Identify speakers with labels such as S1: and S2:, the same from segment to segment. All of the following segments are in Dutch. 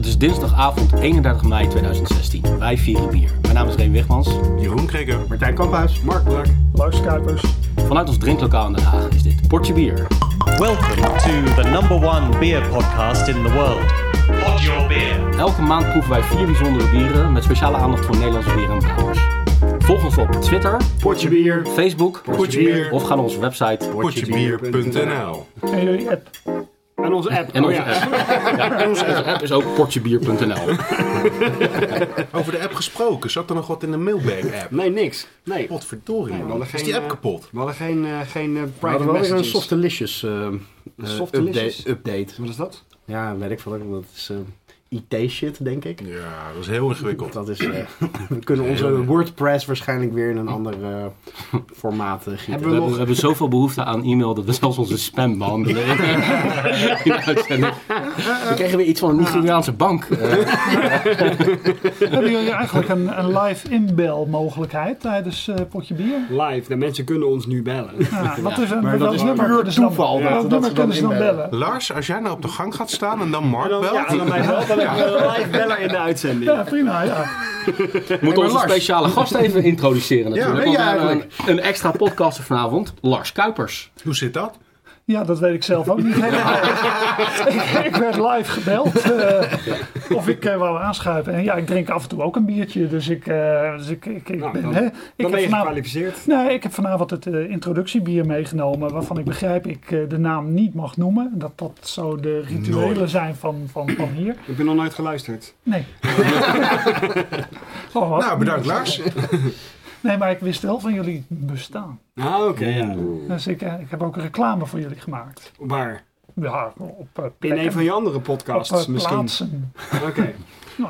S1: is dinsdagavond 31 mei 2016. Wij vieren bier. Mijn naam is Reen Wigmans.
S2: Jeroen Kreker.
S3: Martijn Kamphuis.
S4: Mark Black.
S5: Lars Kuipers.
S1: Vanuit ons drinklokaal in Den Haag is dit Portje Bier.
S6: Welcome to the number one beer podcast in the world. Pod your beer.
S1: Elke maand proeven wij vier bijzondere bieren met speciale aandacht voor Nederlandse bieren en brouwers. Volg ons op Twitter,
S3: Potje bier.
S1: Facebook
S2: Potje bier.
S1: of ga naar onze website
S2: Potjebier.nl
S5: En jullie app.
S3: En onze app.
S1: en
S3: Oh
S1: onze
S3: ja.
S1: app. Ja, en onze app is ook portjebier.nl.
S2: Over de app gesproken, zat er nog wat in de mailbag-app?
S4: Nee, niks. Nee.
S2: Potverdorie
S4: Nee,
S2: man,
S4: we hadden
S2: is
S4: geen,
S2: die app
S4: eh,
S2: kapot?
S4: We hadden geen, eh, geen eh,
S3: We
S4: private
S3: hadden wel weer een
S4: messages.
S3: Softelicious eh, eh,
S4: Softelicious?
S3: update, update.
S4: Wat is dat?
S3: Ja, weet ik veel. Dat is eh, IT-shit, denk ik.
S2: Ja, dat is heel ingewikkeld.
S3: Dat is, eh, we kunnen onze WordPress waarschijnlijk weer in een ander eh, formaat eh, gieten.
S4: Hebben
S1: We hebben,
S4: we nog...
S1: we hebben zoveel behoefte aan e-mail dat we zelfs onze spam behandelen. in de uitzending. we kregen weer iets van een Nigeriaanse bank. Eh,
S5: Hebben jullie eigenlijk een, een live inbelmogelijkheid tijdens eh, potje bier?
S4: Live, de mensen kunnen ons nu bellen.
S5: Ja, wat is een
S3: maar dat
S5: welk
S3: is
S5: nummer
S3: puur
S5: kunnen ze dan-
S3: toeval dat-
S5: welk
S3: dat
S5: nummer
S3: ze
S5: kunnen ze
S3: dan
S5: dan bellen?
S2: Lars, als jij nou op de gang gaat staan en dan Mark
S4: Dan,
S2: belt...
S4: ja, dan mij wel, dan heb je een live beller in de uitzending.
S5: Ja, prima. Ja.
S1: Moet onze
S3: Lars.
S1: speciale gast even introduceren natuurlijk.
S3: ben
S1: want we
S3: je
S1: hebben
S3: eigenlijk?
S1: Een, een extra podcaster vanavond, Lars Kuipers.
S2: Hoe zit dat?
S5: ja, dat weet ik zelf ook niet helemaal. ik, ik werd live gebeld eh, of ik eh, wou aanschuiven. En ja, ik drink af en toe ook een biertje. Dus ik, eh, dus ik, ik, ik
S4: Nou,
S5: ben...
S4: dan-
S5: hè, ik
S4: Dan ben je
S5: vanavond-
S4: gekwalificeerd.
S5: Nee, ik heb vanavond het eh, introductiebier meegenomen, waarvan ik begrijp ik eh, de naam niet mag noemen. Dat dat zo de rituelen
S2: Nooit.
S5: zijn van, van, van hier.
S4: Ik ben nog nooit geluisterd.
S5: Nee. oh, wat?
S2: Nou, bedankt Lars.
S5: Nee, maar ik wist wel van jullie bestaan.
S4: Ah, oké. ja.
S5: Dus ik, eh, ik heb ook reclame voor jullie gemaakt.
S4: Waar?
S5: Ja, op eh,
S4: In
S5: plekken,
S4: een van je andere
S5: op, eh,
S4: podcasts misschien.
S5: plaatsen.
S4: Oké.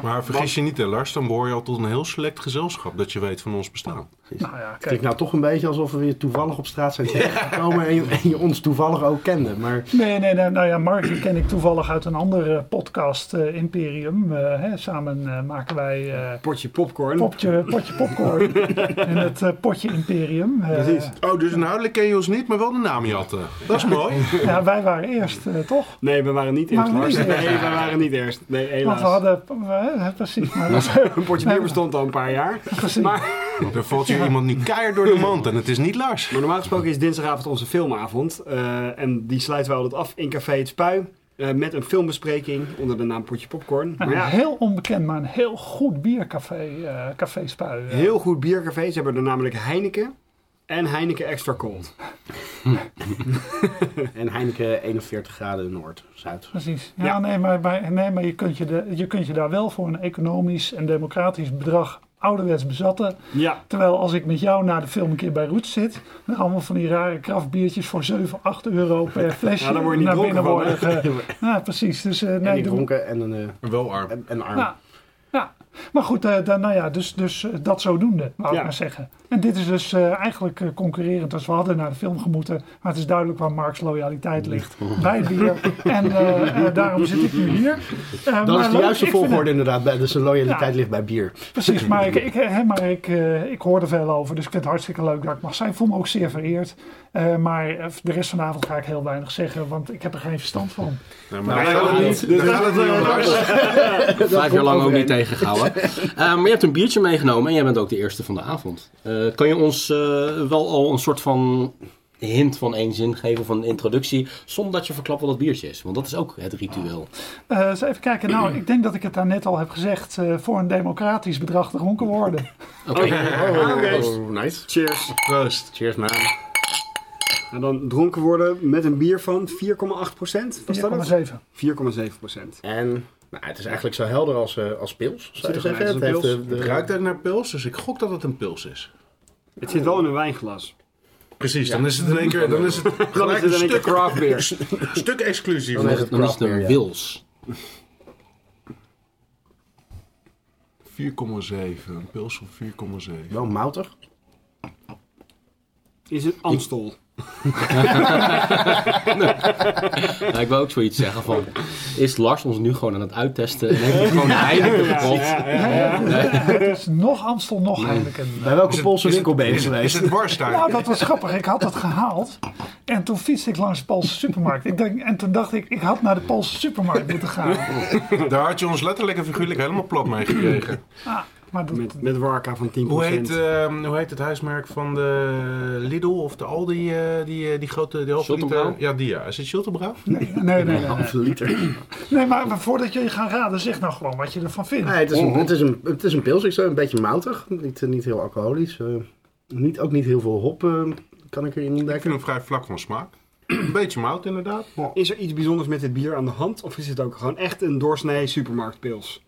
S2: Maar vergis je niet hè Lars, dan behoor je al tot een heel select gezelschap dat je weet van ons bestaan.
S5: Nou ja,
S3: Het
S5: kijk.
S3: klinkt nou toch een beetje alsof we weer toevallig op straat zijn terechtgekomen en, je, en je ons toevallig ook kende. Maar
S5: Nee, nee, nee, nou ja, Mark die ken ik toevallig uit een andere podcast, eh, Imperium. Eh, hè, samen eh, maken wij eh,
S4: Potje popcorn.
S5: Popje, potje popcorn en het eh, potje imperium. Eh,
S4: Precies.
S2: Oh, dus inhoudelijk ken je ons niet, maar wel de naam jatten. Dat is mooi.
S5: Ja, wij waren eerst, eh, toch?
S4: Nee, we waren niet eerst.
S5: Waren we
S4: Lars.
S5: niet eerst?
S4: Nee, we waren niet eerst. Nee,
S5: Want
S4: helaas.
S5: we hadden... eh, precies, maar dat-
S4: Een potje bier bestond al een paar jaar.
S5: precies.
S4: Maar,
S2: Dan valt je iemand nu keihard door de mand en het is niet Lars.
S4: maar normaal gesproken is dinsdagavond onze filmavond. eh, en die sluiten we altijd af in Café Het Spui. eh, met een filmbespreking onder de naam Potje Popcorn. Maar
S5: een
S4: ja,
S5: heel onbekend, maar een heel goed biercafé, eh, Café Spui. eh.
S4: heel goed biercafé. Ze hebben er namelijk Heineken en Heineken Extra Cold.
S3: En Heineken 41 graden Noord-Zuid.
S5: Precies. Ja,
S4: Ja.
S5: Nee, maar, maar- nee, maar je kunt je, de, je kunt je daar wel voor een economisch en democratisch bedrag ouderwets bezatten.
S4: Ja,
S5: Terwijl als ik met jou na de film een keer bij Roots zit, dan allemaal van die rare kraftbiertjes voor 7, 8 euro per flesje
S4: Ja, daar word je niet
S5: naar binnen
S4: dronken
S5: worden. ge- ja, precies. Dus, eh,
S3: en
S5: nee, Nou,
S3: die
S5: doe-
S3: dronken en een, eh,
S2: Wel arm.
S3: en, en arm.
S5: Ja, ja. maar goed, eh, dan, nou ja, dus, dus eh, dat zodoende, wou
S4: Ja.
S5: ik maar zeggen. En dit is dus eh, eigenlijk eh, concurrerend als we hadden naar de film gemoeten. Maar het is duidelijk waar Mark's loyaliteit ligt. Bij het bier. En eh, eh, daarom zit ik nu hier.
S3: Dat
S5: Eh, maar
S3: is de
S5: leuk,
S3: juiste
S5: ik vind
S3: volgorde inderdaad. bij- Dus de loyaliteit
S5: Ja.
S3: ligt bij bier.
S4: Nou,
S5: het- precies, maar, ik, ik, hè, maar ik, eh, ik hoor er veel over. Dus ik vind het hartstikke leuk dat ik mag zijn. Ik voel me ook zeer vereerd. Eh, maar eh, de rest van de avond ga ik heel weinig zeggen, want ik heb er geen verstand van.
S2: Nou,
S4: wij
S2: daar
S4: hadden
S2: gaat het
S4: niet,
S2: niet-
S4: dus
S2: daar
S4: dat
S2: gaat het
S4: is,
S2: niet om,
S4: eh,
S2: Lars.
S1: Vijf jaar lang ook niet tegengehouden. Eh, maar je hebt een biertje meegenomen en jij bent ook de eerste van de avond. Eh, kan je ons eh, wel al een soort van hint van één zin geven of een introductie, zonder dat je verklapt wat dat biertje is? Want dat is ook het ritueel.
S5: Eh, eens even kijken. Nou, ik denk dat ik het daar net al heb gezegd. eh, voor een democratisch bedrag dronken worden.
S1: Oké.
S4: Ah, oké.
S3: Oh, nice.
S4: Cheers.
S2: Proost.
S3: Cheers, man.
S4: En dan dronken worden met een bier van 4,8 procent. Was dat het?
S5: 4,7.
S4: 4,7 procent.
S3: En nou, het is eigenlijk zo helder als, eh als pils, zou je
S4: Zit er
S3: zeggen.
S4: gelijk als een
S3: heeft, eh,
S2: Het ruikt eigenlijk naar pils, dus ik gok dat het een pils is.
S4: Het zit wel in een wijnglas.
S2: Precies, dan is het in één keer dan is het
S4: Dan is
S2: gelijk
S4: het
S2: een
S4: in één keer
S2: stuk,
S4: craft beer.
S2: stuk exclusief.
S3: Dan is
S1: Dan is het
S3: craft beer,
S1: een
S3: ja.
S1: wils.
S2: 4,7. Een pils van 4,7.
S3: Wel moutig.
S4: Is het Amstel?
S1: Nou, ik wil ook zoiets zeggen van, is Lars ons nu gewoon aan het uittesten en heeft hij gewoon een Heineken kapot?
S5: Het is nog Amstel, nog Heineken.
S3: Bij welke Poolse winkel ben je
S2: is, is
S3: geweest?
S2: het barst daar?
S5: Nou, dat was grappig. Ik had het gehaald. En toen fietste ik langs de Poolse supermarkt. Ik denk, en toen dacht ik, ik had naar de Poolse supermarkt moeten gaan.
S2: Daar had je ons letterlijk en figuurlijk helemaal plat mee gekregen.
S5: Ah, maar dat,
S4: Met, met Warka van 10%.
S2: Hoe heet, ehm, hoe heet het huismerk van de Lidl of de Aldi, eh, die, eh, die grote, die halve
S1: Schultenbrouw?
S2: liter? Ja, die ja. Is het Schultenbrouw?
S5: nee, nee, nee, nee.
S3: Halve liter.
S5: Nee, maar voordat jullie gaan raden, zeg nou gewoon wat je ervan vindt.
S3: Nee, het is een,
S4: Oh.
S3: het is een, het is een pils. Ik zou een beetje moutig. Niet, niet heel alcoholisch. eh, niet, ook niet heel veel hop eh, kan ik erin
S2: Ik vind
S3: ontdekken.
S2: hem vrij vlak van smaak. Een beetje mout inderdaad.
S4: Is er iets bijzonders met dit bier aan de hand? Of is het ook gewoon echt een doorsnee supermarktpils?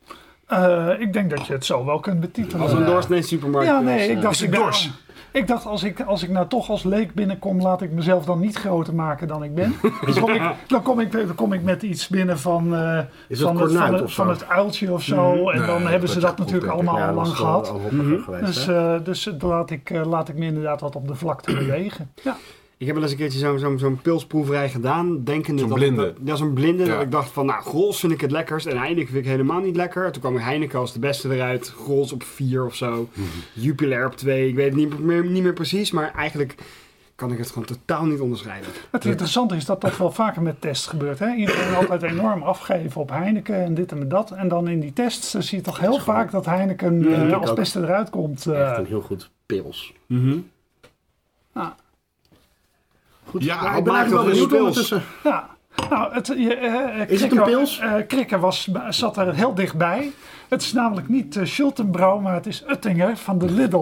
S5: Eh, ik denk dat je het zo wel kunt betitelen.
S4: Als een doorsnee supermarktpils. eh?
S5: Ja, nee, ik dacht,
S2: Is het
S5: ik, ben-
S2: dors?
S5: ik dacht als, ik, als ik nou toch als leek binnenkom, laat ik mezelf dan niet groter maken dan ik ben. Dan kom ik, dan kom ik, dan kom ik met iets binnen van, eh,
S3: Is
S5: van,
S3: dat
S5: het, van,
S3: kornuit
S5: het-
S3: of zo? Mhm.
S5: van het uiltje of zo. en
S2: nee,
S5: dan hebben ze
S2: dat
S5: dat
S2: klopt,
S5: natuurlijk
S2: denk ik.
S5: allemaal
S3: Ja,
S5: al
S3: dat
S5: Oh, lang
S3: is wel
S5: gehad.
S3: al hoppiger geweest,
S5: Dus,
S3: hè?
S5: eh, dus het laat, ik, eh, laat ik me inderdaad wat op de vlakte bewegen. Ja.
S4: Ik heb wel eens een keertje zo'n zo, zo'n pilsproeverij gedaan. Denkende
S2: Zo'n
S4: dat
S2: blinde.
S4: Ik, dat- ja, zo'n blinde.
S2: Ja.
S4: Dat ik dacht van, nou, Grols vind ik het lekkerst. En Heineken vind ik helemaal niet lekker. Toen kwam Heineken als de beste eruit. Grols op vier of zo. Jupiler op twee. Ik weet het niet meer, niet meer precies. Maar eigenlijk kan ik het gewoon totaal niet onderscheiden.
S5: Het interessante is dat dat wel vaker met tests gebeurt. Hè? Iedereen altijd enorm afgeven op Heineken en dit en dat. En dan in die tests eh, zie je toch heel vaak dat Heineken eh,
S3: ik
S5: als
S3: ook.
S5: beste eruit komt. eh.
S3: Echt een heel goed pils. Goed.
S2: Ja,
S3: maar
S2: al
S3: ik ben
S2: maakt
S3: eigenlijk
S2: het
S3: wel
S2: een
S3: benieuwd
S2: pils.
S3: ondertussen.
S5: Ja. Nou, het, je, eh, eh,
S3: Is het een
S5: Krikker-
S3: pils?
S5: eh, Krikker was, zat daar heel dichtbij. Het is namelijk niet eh, Schultenbrouw, maar het is Uttinger van de Lidl.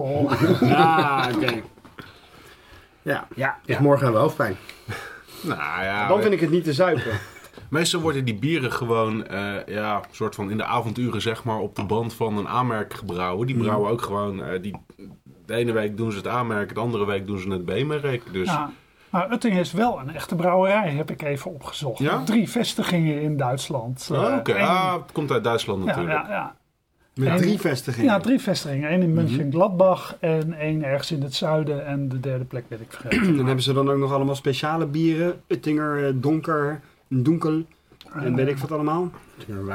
S4: Ah, oké.
S3: Ja.
S4: Ja.
S3: Dus morgen hebben we hoofdpijn.
S2: Nou ja,
S4: Dan vind ik het niet te zuipen.
S2: meestal worden die bieren gewoon eh, ja, soort van in de avonduren zeg maar op de band van een aanmerk gebrouwen.
S5: Mhm.
S2: Die brouwen ook gewoon, eh, die, de ene week doen ze het aanmerk, de andere week doen ze het B-merk. Dus
S5: Ja. Maar Uttinger is wel een echte brouwerij, heb ik even opgezocht.
S2: Ja?
S5: Drie vestigingen in Duitsland.
S2: Ah,
S5: Eh,
S2: oké,
S5: één-
S2: ah, het komt uit Duitsland
S5: ja,
S2: natuurlijk.
S5: ja, ja.
S4: Met
S5: En-
S4: drie vestigingen.
S5: Ja, drie vestigingen. Eén in Mönchengladbach en één ergens in het zuiden. En de derde plek ben ik vergeten.
S4: Dan hebben ze dan ook nog allemaal speciale bieren. Uttinger, eh, Donker, Donkel. En weet ik wat allemaal.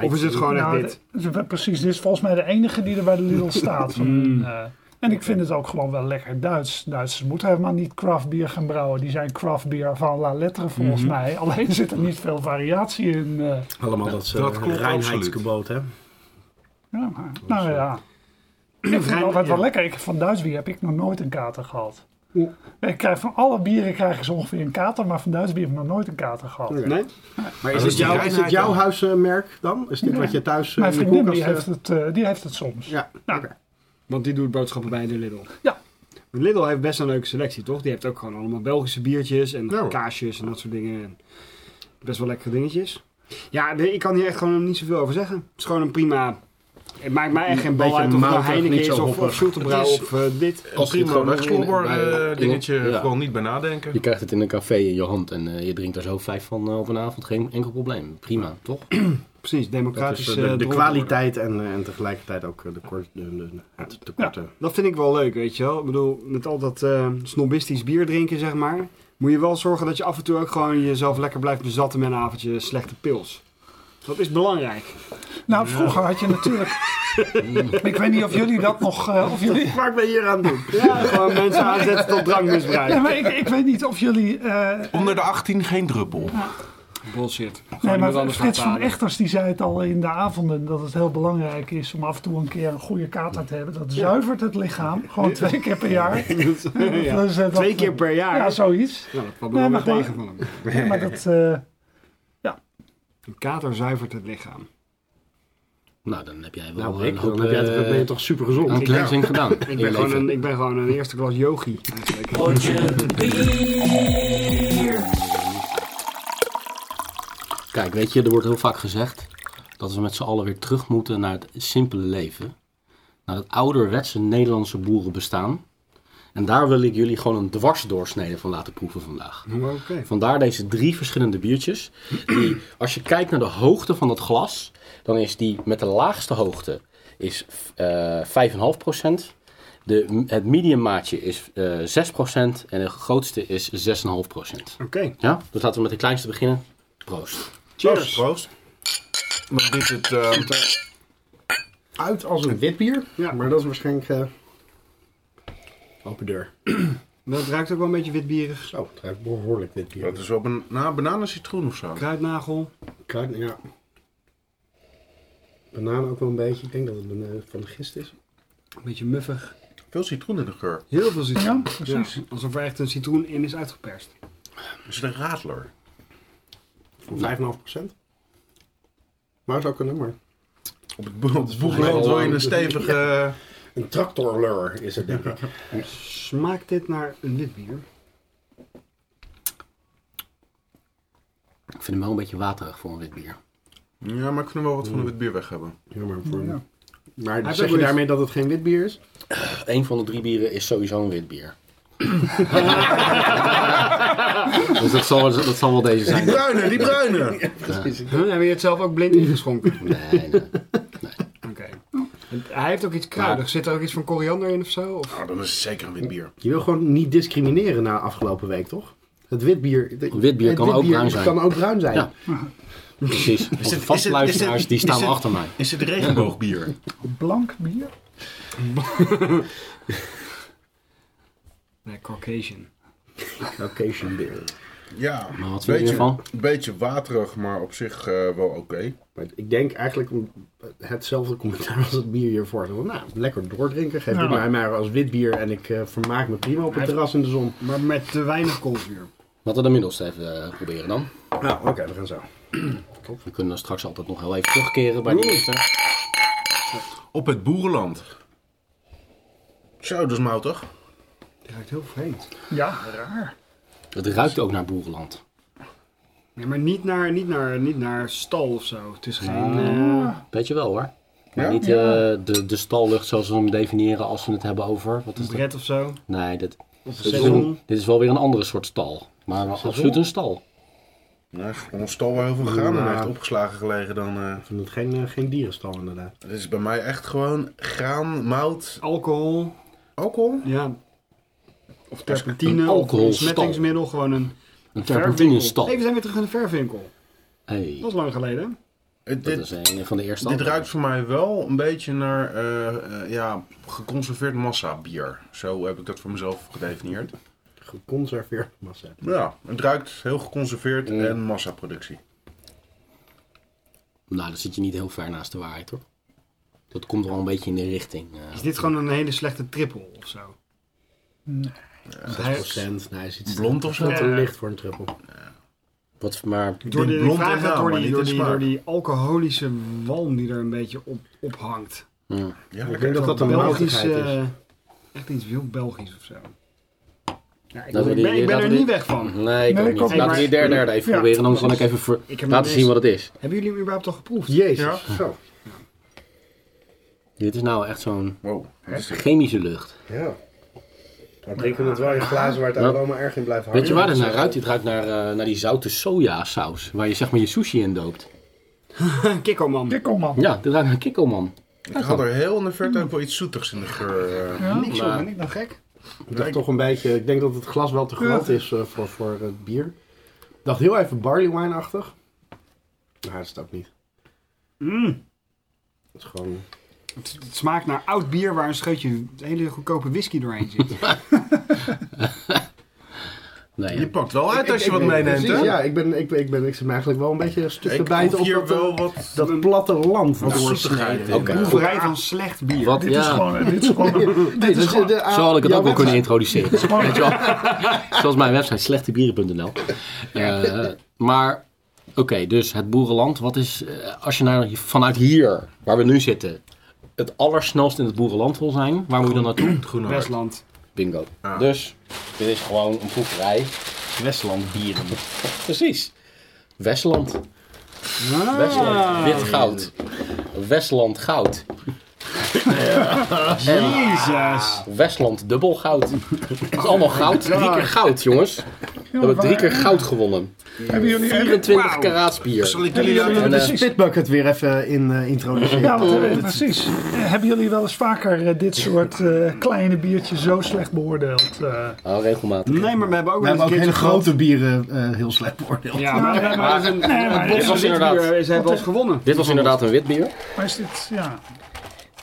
S4: Of is het gewoon echt
S5: Nou,
S4: dit?
S5: de- de- precies, dit is volgens mij de enige die er bij de Lidl staat. Van,
S4: Mm.
S5: eh, en ik vind het ook gewoon wel lekker Duits. Duitsers moeten helemaal niet craft bier gaan brouwen. Die zijn craft bier van la lettre volgens
S4: Mhm.
S5: mij. Alleen zit er niet veel variatie in. eh.
S3: Allemaal dat,
S2: dat klopt
S3: uh, reinheidsgeboot, hè?
S5: ja, maar, nou ja. Ik vind het
S4: Vrij-
S5: altijd wel
S4: ja.
S5: lekker. Ik, van Duits bier heb ik nog nooit een kater gehad.
S4: Oeh.
S5: Ik krijg van alle bieren krijg ik zo ongeveer een kater, maar van Duits bier heb ik nog nooit een kater gehad.
S4: Nee?
S3: Maar
S2: dat
S3: is
S2: is
S3: dit,
S2: die
S3: jouw, is dit
S2: reinheid
S3: jouw
S2: dan.
S3: huismerk dan? Is dit
S5: Ja.
S3: wat je thuis eh,
S5: Mijn
S3: in de
S5: vriendin
S3: koelkast...
S5: die
S3: eh,
S5: heeft, het, eh, die heeft het soms.
S3: Ja,
S5: Nou,
S3: oké.
S4: Want die doet boodschappen bij de Lidl.
S5: Ja.
S4: Lidl heeft best een leuke selectie, toch? Die heeft ook gewoon allemaal Belgische biertjes en
S2: Ja,
S3: Nou.
S2: hoor.
S4: kaasjes en dat soort dingen. En best wel lekkere dingetjes. Ja, de- ik kan hier echt gewoon niet zoveel over zeggen. Het is gewoon een prima... Het maakt mij echt geen
S3: Een
S4: bal
S3: beetje
S4: uit of het nou
S3: moutig,
S4: Heineken
S3: niet
S4: is
S3: zo
S4: of,
S3: hoppig.
S4: of Schultenbrouw
S2: Het is-
S4: of eh, dit.
S2: Als
S1: Misschien
S2: prima
S1: gewoon
S2: gewoon een
S1: in-
S2: slobber
S1: bij-
S2: eh, dingetje,
S1: Ja.
S2: gewoon niet bij nadenken.
S1: Je krijgt het in een café in je hand en eh, je drinkt er zo vijf van eh, op een avond. Geen enkel probleem. Prima, toch?
S4: Precies,
S3: Dat
S4: democratisch.
S3: is eh,
S4: eh,
S3: de, de
S4: dronken worden.
S3: kwaliteit en, eh, en tegelijkertijd ook eh, de, kort, de, de- het tekorten.
S4: Dat vind ik wel leuk, weet je wel. Ik bedoel, met al dat eh, snobistisch bier drinken, zeg maar... moet je wel zorgen dat je af en toe ook gewoon jezelf lekker blijft bezatten met een avondje slechte pils. Dat is belangrijk.
S5: nou, vroeger had je natuurlijk. ik weet niet of jullie dat nog. eh, of jullie,
S3: Waar ben je hier aan het doen?
S4: Ja, gewoon mensen aanzetten tot
S5: ja,
S4: drankmisbruik.
S5: maar ik, ik weet niet of jullie. eh,
S2: Onder de 18 geen druppel.
S4: Bullshit. Gewoon
S5: nee,
S4: iemand
S5: maar
S4: anders
S5: Frits
S4: gaan
S5: van
S4: betalen.
S5: Echters die zei het al in de avonden. dat het heel belangrijk is om af en toe een keer een goede kater te hebben. Dat zuivert het lichaam. Gewoon twee keer per
S4: Ja.
S5: jaar. Dus, eh, dat-
S4: Twee keer per jaar.
S5: Ja, zoiets.
S4: Nou, dat valt
S5: Nee,
S4: me
S5: maar
S4: wel
S5: gewoon-
S4: tegen van hem.
S5: Ja, maar dat. eh,
S4: Een kater zuivert het lichaam.
S1: Nou, dan heb jij wel
S3: Nou,
S1: een
S3: Rick,
S1: hoop
S3: dan heb jij toch-
S1: eh,
S3: ben je toch super gezond?
S1: aan cleansing gedaan.
S4: Ik ben, gewoon een, ik ben gewoon een eerste klas yogi eigenlijk.
S3: Oh,
S1: Kijk, weet je, er wordt heel vaak gezegd dat we met z'n allen weer terug moeten naar het simpele leven. Naar het ouderwetse Nederlandse boerenbestaan. En daar wil ik jullie gewoon een dwarsdoorsnede van laten proeven
S3: Hm.
S1: vandaag.
S4: Oké.
S1: Vandaar deze drie verschillende biertjes. Die, als je kijkt naar de hoogte van het glas, dan is die met de laagste hoogte is, eh 5,5%. De, het medium maatje is eh 6% en de grootste is 6,5%.
S4: Oké,
S1: Ja? Dus laten we met de kleinste beginnen. Proost.
S2: Proost,
S4: cheers.
S2: proost. Dan biedt het... eh,
S5: eh,
S3: Uit als een wit bier,
S4: Ja.
S3: maar dat is waarschijnlijk... eh open deur.
S4: Dat ruikt ook wel een beetje witbierig.
S3: Zo, het ruikt behoorlijk wit bier.
S2: dat is wel ban na, bananensitroen of zo.
S4: Kruidnagel.
S3: Kruid, ja. Banaan ook wel een beetje. Ik denk dat het bana- van de gist is.
S4: Een beetje muffig.
S2: Veel citroen in de geur.
S4: Heel veel citroen.
S5: Ja, precies.
S4: Ja, alsof er echt een citroen in is uitgeperst.
S2: Is het een radler?
S3: Voor 5,5%. Maar het is ook een nummer.
S2: Op het, bo- op het boegbeeld wil je een stevige...
S3: Een tractorleur is het, denk ik.
S4: Smaakt dit naar een witbier?
S1: Ik vind hem wel een beetje waterig voor een wit bier.
S2: Ja, maar ik kan er wel wat van het bier weg hebben.
S3: Jammer voor hem.
S5: Ja.
S3: Maar
S4: heeft ook
S3: zeg je
S4: wel iets-
S3: daarmee dat het geen wit bier is?
S1: Eén van de drie bieren is sowieso een wit bier. dus dat zal, dat zal wel deze zijn.
S2: bruine, die bruine!
S3: Precies.
S4: Huh? Hebben je het zelf ook blind ingeschonken?
S1: Nee, nee.
S4: Oké. Het- Hij heeft ook iets kruidigs. Zit er ook iets van koriander in of zo? Of?
S2: Nou, dan is het zeker een wit bier.
S3: Je wil gewoon niet discrimineren na afgelopen week, toch? Het wit bier... de-
S1: Wit bier
S3: het
S1: kan ook bruin zijn.
S3: kan ook bruin zijn.
S1: Ja. Precies. Onze vaste
S2: het- is het- is
S1: luisteraars
S2: het-
S1: die
S2: is
S1: staan
S2: het-
S1: achter mij.
S2: Is het regenboogbier?
S5: Blank bier?
S4: Nee, Caucasian.
S3: Caucasian bier.
S2: Ja.
S1: Maar wat vind je ervan?
S2: Een beetje waterig, maar op zich eh, wel oké.
S3: Maar ik denk eigenlijk om- hetzelfde commentaar als het bier hiervoor. Zo van, Nou, lekker doordrinken. Geef
S5: Ja.
S3: dit mij maar als wit bier en ik eh, vermaak me prima op het terras in de zon.
S4: Maar met te weinig koolzuur.
S1: Laten we de middelste even eh, proberen dan.
S3: Nou, oké, we gaan zo.
S1: We kunnen dan straks altijd nog heel even terugkeren bij de eerste.
S2: Op het boerenland. Zo, dat is moutig.
S4: Die ruikt heel vreemd.
S5: Ja, raar.
S1: Het ruikt ook naar boerenland.
S4: Nee, maar niet naar, niet, naar, niet naar stal of zo. Het is geen...
S3: Ah.
S4: eh,
S1: Weet je wel hoor. Maar
S2: Ja?
S1: niet eh, de, de stallucht zoals we hem definiëren als we het hebben over. Wat is dat?
S4: bret eh, of zo.
S1: Nee, dit,
S4: Of een
S1: dit, is een-
S4: seizoen.
S1: dit is wel weer een andere soort stal. Maar wel absoluut een stal.
S2: Nee, Nou, ons stal waar heel veel granen
S1: Nou.
S2: heeft opgeslagen gelegen dan... eh,
S3: Ik vind het geen, eh, geen dierenstal inderdaad.
S2: dit is bij mij echt gewoon graan, mout,
S4: Alcohol.
S2: alcohol.
S4: Ja.
S1: is
S4: Of
S1: een
S4: terpentine. Of een
S1: alcoholstal.
S4: smettingsmiddel. Gewoon een
S1: Een
S4: verwinkel.
S1: terpentinenstal.
S4: Even zijn we terug in de verwinkel. Dat
S1: Hey,
S4: was lang geleden.
S2: Het-
S1: dat
S2: Eh, dit,
S1: is een van de eerste.
S2: dit
S1: antwoorden.
S2: ruikt voor mij wel een beetje naar eh, eh, ja, geconserveerd massa bier. Zo heb ik dat voor mezelf gedefinieerd.
S3: Geconserveerd massa.
S2: Ja, het ruikt heel geconserveerd en massaproductie.
S1: Nou, dan zit je niet heel ver naast de waarheid hoor. Dat komt wel een beetje in de richting. eh.
S4: Is dit gewoon een hele slechte triple of zo? Nee.
S3: 6%, nee, is iets
S2: Blond of zo?
S3: te licht voor een trippel.
S1: wat, maar
S4: Door die,
S2: Dit
S4: die
S2: blond
S4: vraag
S2: en
S4: gaat
S2: nauw,
S4: door,
S2: maar
S4: die,
S2: niet
S4: door,
S2: in
S4: die,
S2: smaak.
S4: door die alcoholische walm die er een beetje op, op hangt.
S2: Ja,
S3: Ik
S2: lekker.
S3: denk dat dat een
S4: Belgisch,
S3: moutigheid is.
S4: eh, echt iets heel Belgisch of zo. Ja, ik,
S1: Dat
S4: ben,
S1: we die-
S4: ik ben
S1: dat
S4: er
S1: we die-
S4: niet weg van.
S1: Nee, ik
S5: Nee,
S1: ook
S5: ik
S1: niet.
S5: ook
S1: Laten we
S4: niet.
S1: die derde, derde even
S5: Ja.
S1: proberen. Anders kan ik even ver-
S4: Ik heb
S1: laten
S4: hem
S1: zien wat het is.
S4: Hebben jullie hem überhaupt al geproefd?
S3: Jezus. Zo.
S1: Dit is nou echt zo'n
S2: Wow, wat is dit?
S1: chemische lucht.
S3: Ja. Dan drinken we het wel in glazen waar het
S1: Ja.
S3: aroma erg in blijft hangen.
S1: Weet je waar dit naar ruikt? Dit ruikt naar, eh, naar die zoute sojasaus. Waar je zeg maar je sushi in doopt.
S4: Kikkoman.
S5: Kikkelman.
S1: Ja, dit ruikt naar kikkelman.
S2: Ik had er heel in de verte ook wel iets zoetigs in de geur. eh.
S5: Ja.
S4: Niks
S1: maar-
S4: van, ben ik nou gek?
S3: Ik dacht toch een beetje, ik denk dat het glas wel te groot is eh, voor, voor het bier. Ik dacht heel even barley wine-achtig. Maar dat is het ook niet.
S2: Mm.
S3: Het is gewoon...
S4: Het, het smaakt naar oud bier waar een scheutje hele goedkope whisky doorheen zit.
S1: Nee,
S2: Je pakt wel uit als je
S3: Ik-
S2: wat
S3: ik-
S2: meeneemt,
S3: precies,
S2: hè?
S3: Ja, ik ben, ik, ben- ik ben ik zit me eigenlijk wel een beetje een stuk te
S2: Ik
S3: bijten
S2: proef
S3: op
S2: hier
S3: dat, eh,
S2: wel
S3: dat,
S2: wat
S3: dat platteland.
S2: wat
S3: wat door-
S2: zoetigheid in.
S1: Oké.
S4: Proeverij van slecht bier.
S1: Wat?
S5: Dit,
S1: Ja.
S5: is gewoon, dit is gewoon een, dit is gewoon,
S3: eh, de- ah,
S1: Zo had ik het
S3: jouw
S1: ook wel kunnen
S3: website.
S1: introduceren. Weet je wel? Zoals mijn website slechtebieren.nl. Eh, maar oké, dus het boerenland. Wat is, eh, als je nou vanuit hier, waar we nu zitten, het allersnelst in het boerenland wil zijn, waar moet je dan naartoe?
S2: Het groene hart.
S4: Westland.
S1: Bingo.
S2: Ah.
S1: Dus dit is gewoon een proeverij. Westland bieren. Precies. Westland. Westland. Wit goud. Westland goud.
S4: Jezus.
S1: Westland dubbel goud. Dat is allemaal goud. Drie keer goud, jongens. heb ik drie
S5: waar-
S1: keer goud gewonnen.
S5: Hebben jullie echt-
S1: 24
S4: Wauw.
S1: karaat bier.
S2: Zal ik jullie
S5: Ja,
S2: uit?
S1: En,
S3: de
S1: eh,
S3: spitbucket weer even in, eh, introduceren.
S5: Ja, wat hebben- precies. Eh, Hebben jullie wel eens vaker eh, dit soort eh, kleine biertjes zo slecht beoordeeld? eh?
S1: oh, regelmatig.
S4: Nee, maar we hebben ook
S3: We
S4: wel
S3: hebben
S4: eens een
S3: ook hele
S4: keertje
S3: grote bieren eh, heel slecht beoordeeld.
S4: gehad- Ja, maar we hebben wel eens een-
S5: Nee, Nou, maar
S4: een
S5: dit
S4: bos van
S1: was inderdaad-
S4: witbier, eh, Ze hebben wel eens gewonnen.
S1: Dit was inderdaad een wit bier.
S5: maar is dit, ja.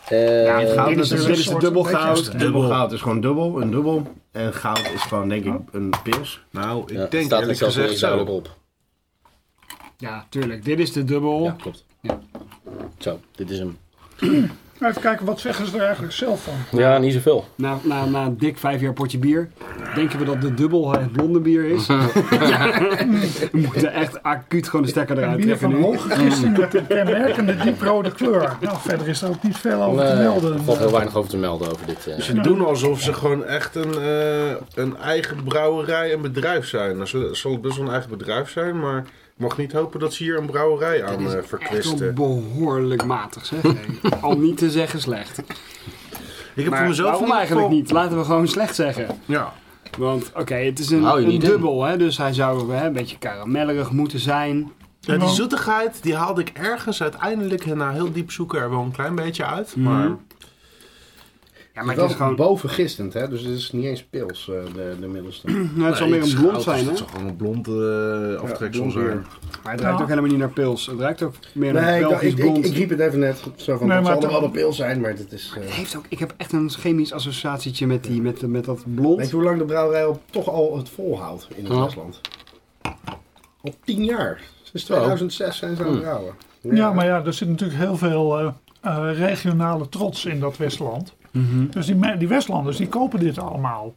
S1: Eh,
S4: Ja, het goud,
S5: dit
S4: dat
S5: is
S4: is-
S5: een
S4: dit is de
S5: soort-
S4: dubbel
S5: beetje
S4: goud.
S5: extra.
S7: Dubbel goud is gewoon dubbel, een dubbel. En goud is gewoon denk
S3: Oh.
S7: ik een pils.
S2: Nou, ik
S1: ja,
S2: denk
S1: staat er
S2: eerlijk
S1: zelfs niet
S2: gezegd
S1: eens
S2: zo.
S1: duidelijk op.
S4: Ja, tuurlijk. Dit is de dubbel.
S1: Ja, klopt.
S4: Ja.
S1: Zo, dit is hem.
S5: Even kijken, wat zeggen ze er eigenlijk zelf van?
S1: Ja, niet zoveel.
S4: Na, na, na een dik vijf jaar potje bier denken we dat de dubbel eh, het blonde bier is. We moeten echt acuut gewoon de stekker
S5: Een
S4: eruit
S5: bier
S4: trekken
S5: van
S4: nu.
S5: hoge gisting met een kenmerkende dieprode kleur. Nou, verder is er ook niet veel over te
S1: Nee,
S5: melden.
S1: er valt heel weinig over te melden over dit. eh.
S2: Ze doen alsof ze gewoon echt een, eh, een eigen brouwerij en bedrijf zijn. Nou, ze zal het best wel een eigen bedrijf zijn, maar ik mag niet hopen dat ze hier een brouwerij aan eh,
S4: Echt wel
S2: verkwisten.
S4: behoorlijk matig, zeg. Hey. Al niet te zeggen slecht.
S7: Ik heb
S4: Maar
S7: voor mezelf
S4: waarom
S7: in ieder
S4: eigenlijk
S7: geval-
S4: niet? Laten we gewoon slecht zeggen.
S7: Ja.
S4: Want oké, het is een,
S1: Hou je
S4: een
S1: niet in.
S4: dubbel, hè, dus hij zou hè, een beetje karamellerig moeten zijn.
S2: Ja, die zoetigheid die haalde ik ergens uiteindelijk na heel diep zoeken er wel een klein beetje uit. Maar
S4: Ja, maar
S3: Maar
S4: het is gewoon...
S3: bovengistend, hè? dus het is niet eens pils, eh, de, de middelste.
S4: nou, het zal meer een blond zijn, hè?
S2: Het zal gewoon een blond eh, aftreksel
S3: blond bier.
S2: zijn.
S4: Maar het ruikt
S5: Ja.
S4: ook helemaal niet naar pils. Het ruikt ook meer naar
S3: Nee, ik,
S4: Belgisch
S3: ik,
S4: blond.
S3: ik, ik riep het even net. Zo van,
S5: Nee,
S3: dat
S5: maar
S3: zal er
S5: toch-
S3: wel een pils zijn, maar dat is... eh,
S4: Het heeft ook, ik heb echt een chemisch associatietietje met, die, met, met dat blond.
S3: Weet je hoe lang de brouwerij al, toch al het volhoudt in het
S1: Ja.
S3: Westland? Al tien jaar. Sinds 2006 zijn ze aan het brouwen.
S5: Ja, maar ja, er zit natuurlijk heel veel eh, eh, regionale trots in dat Westland. Dus die, me- die Westlanders, die kopen dit allemaal.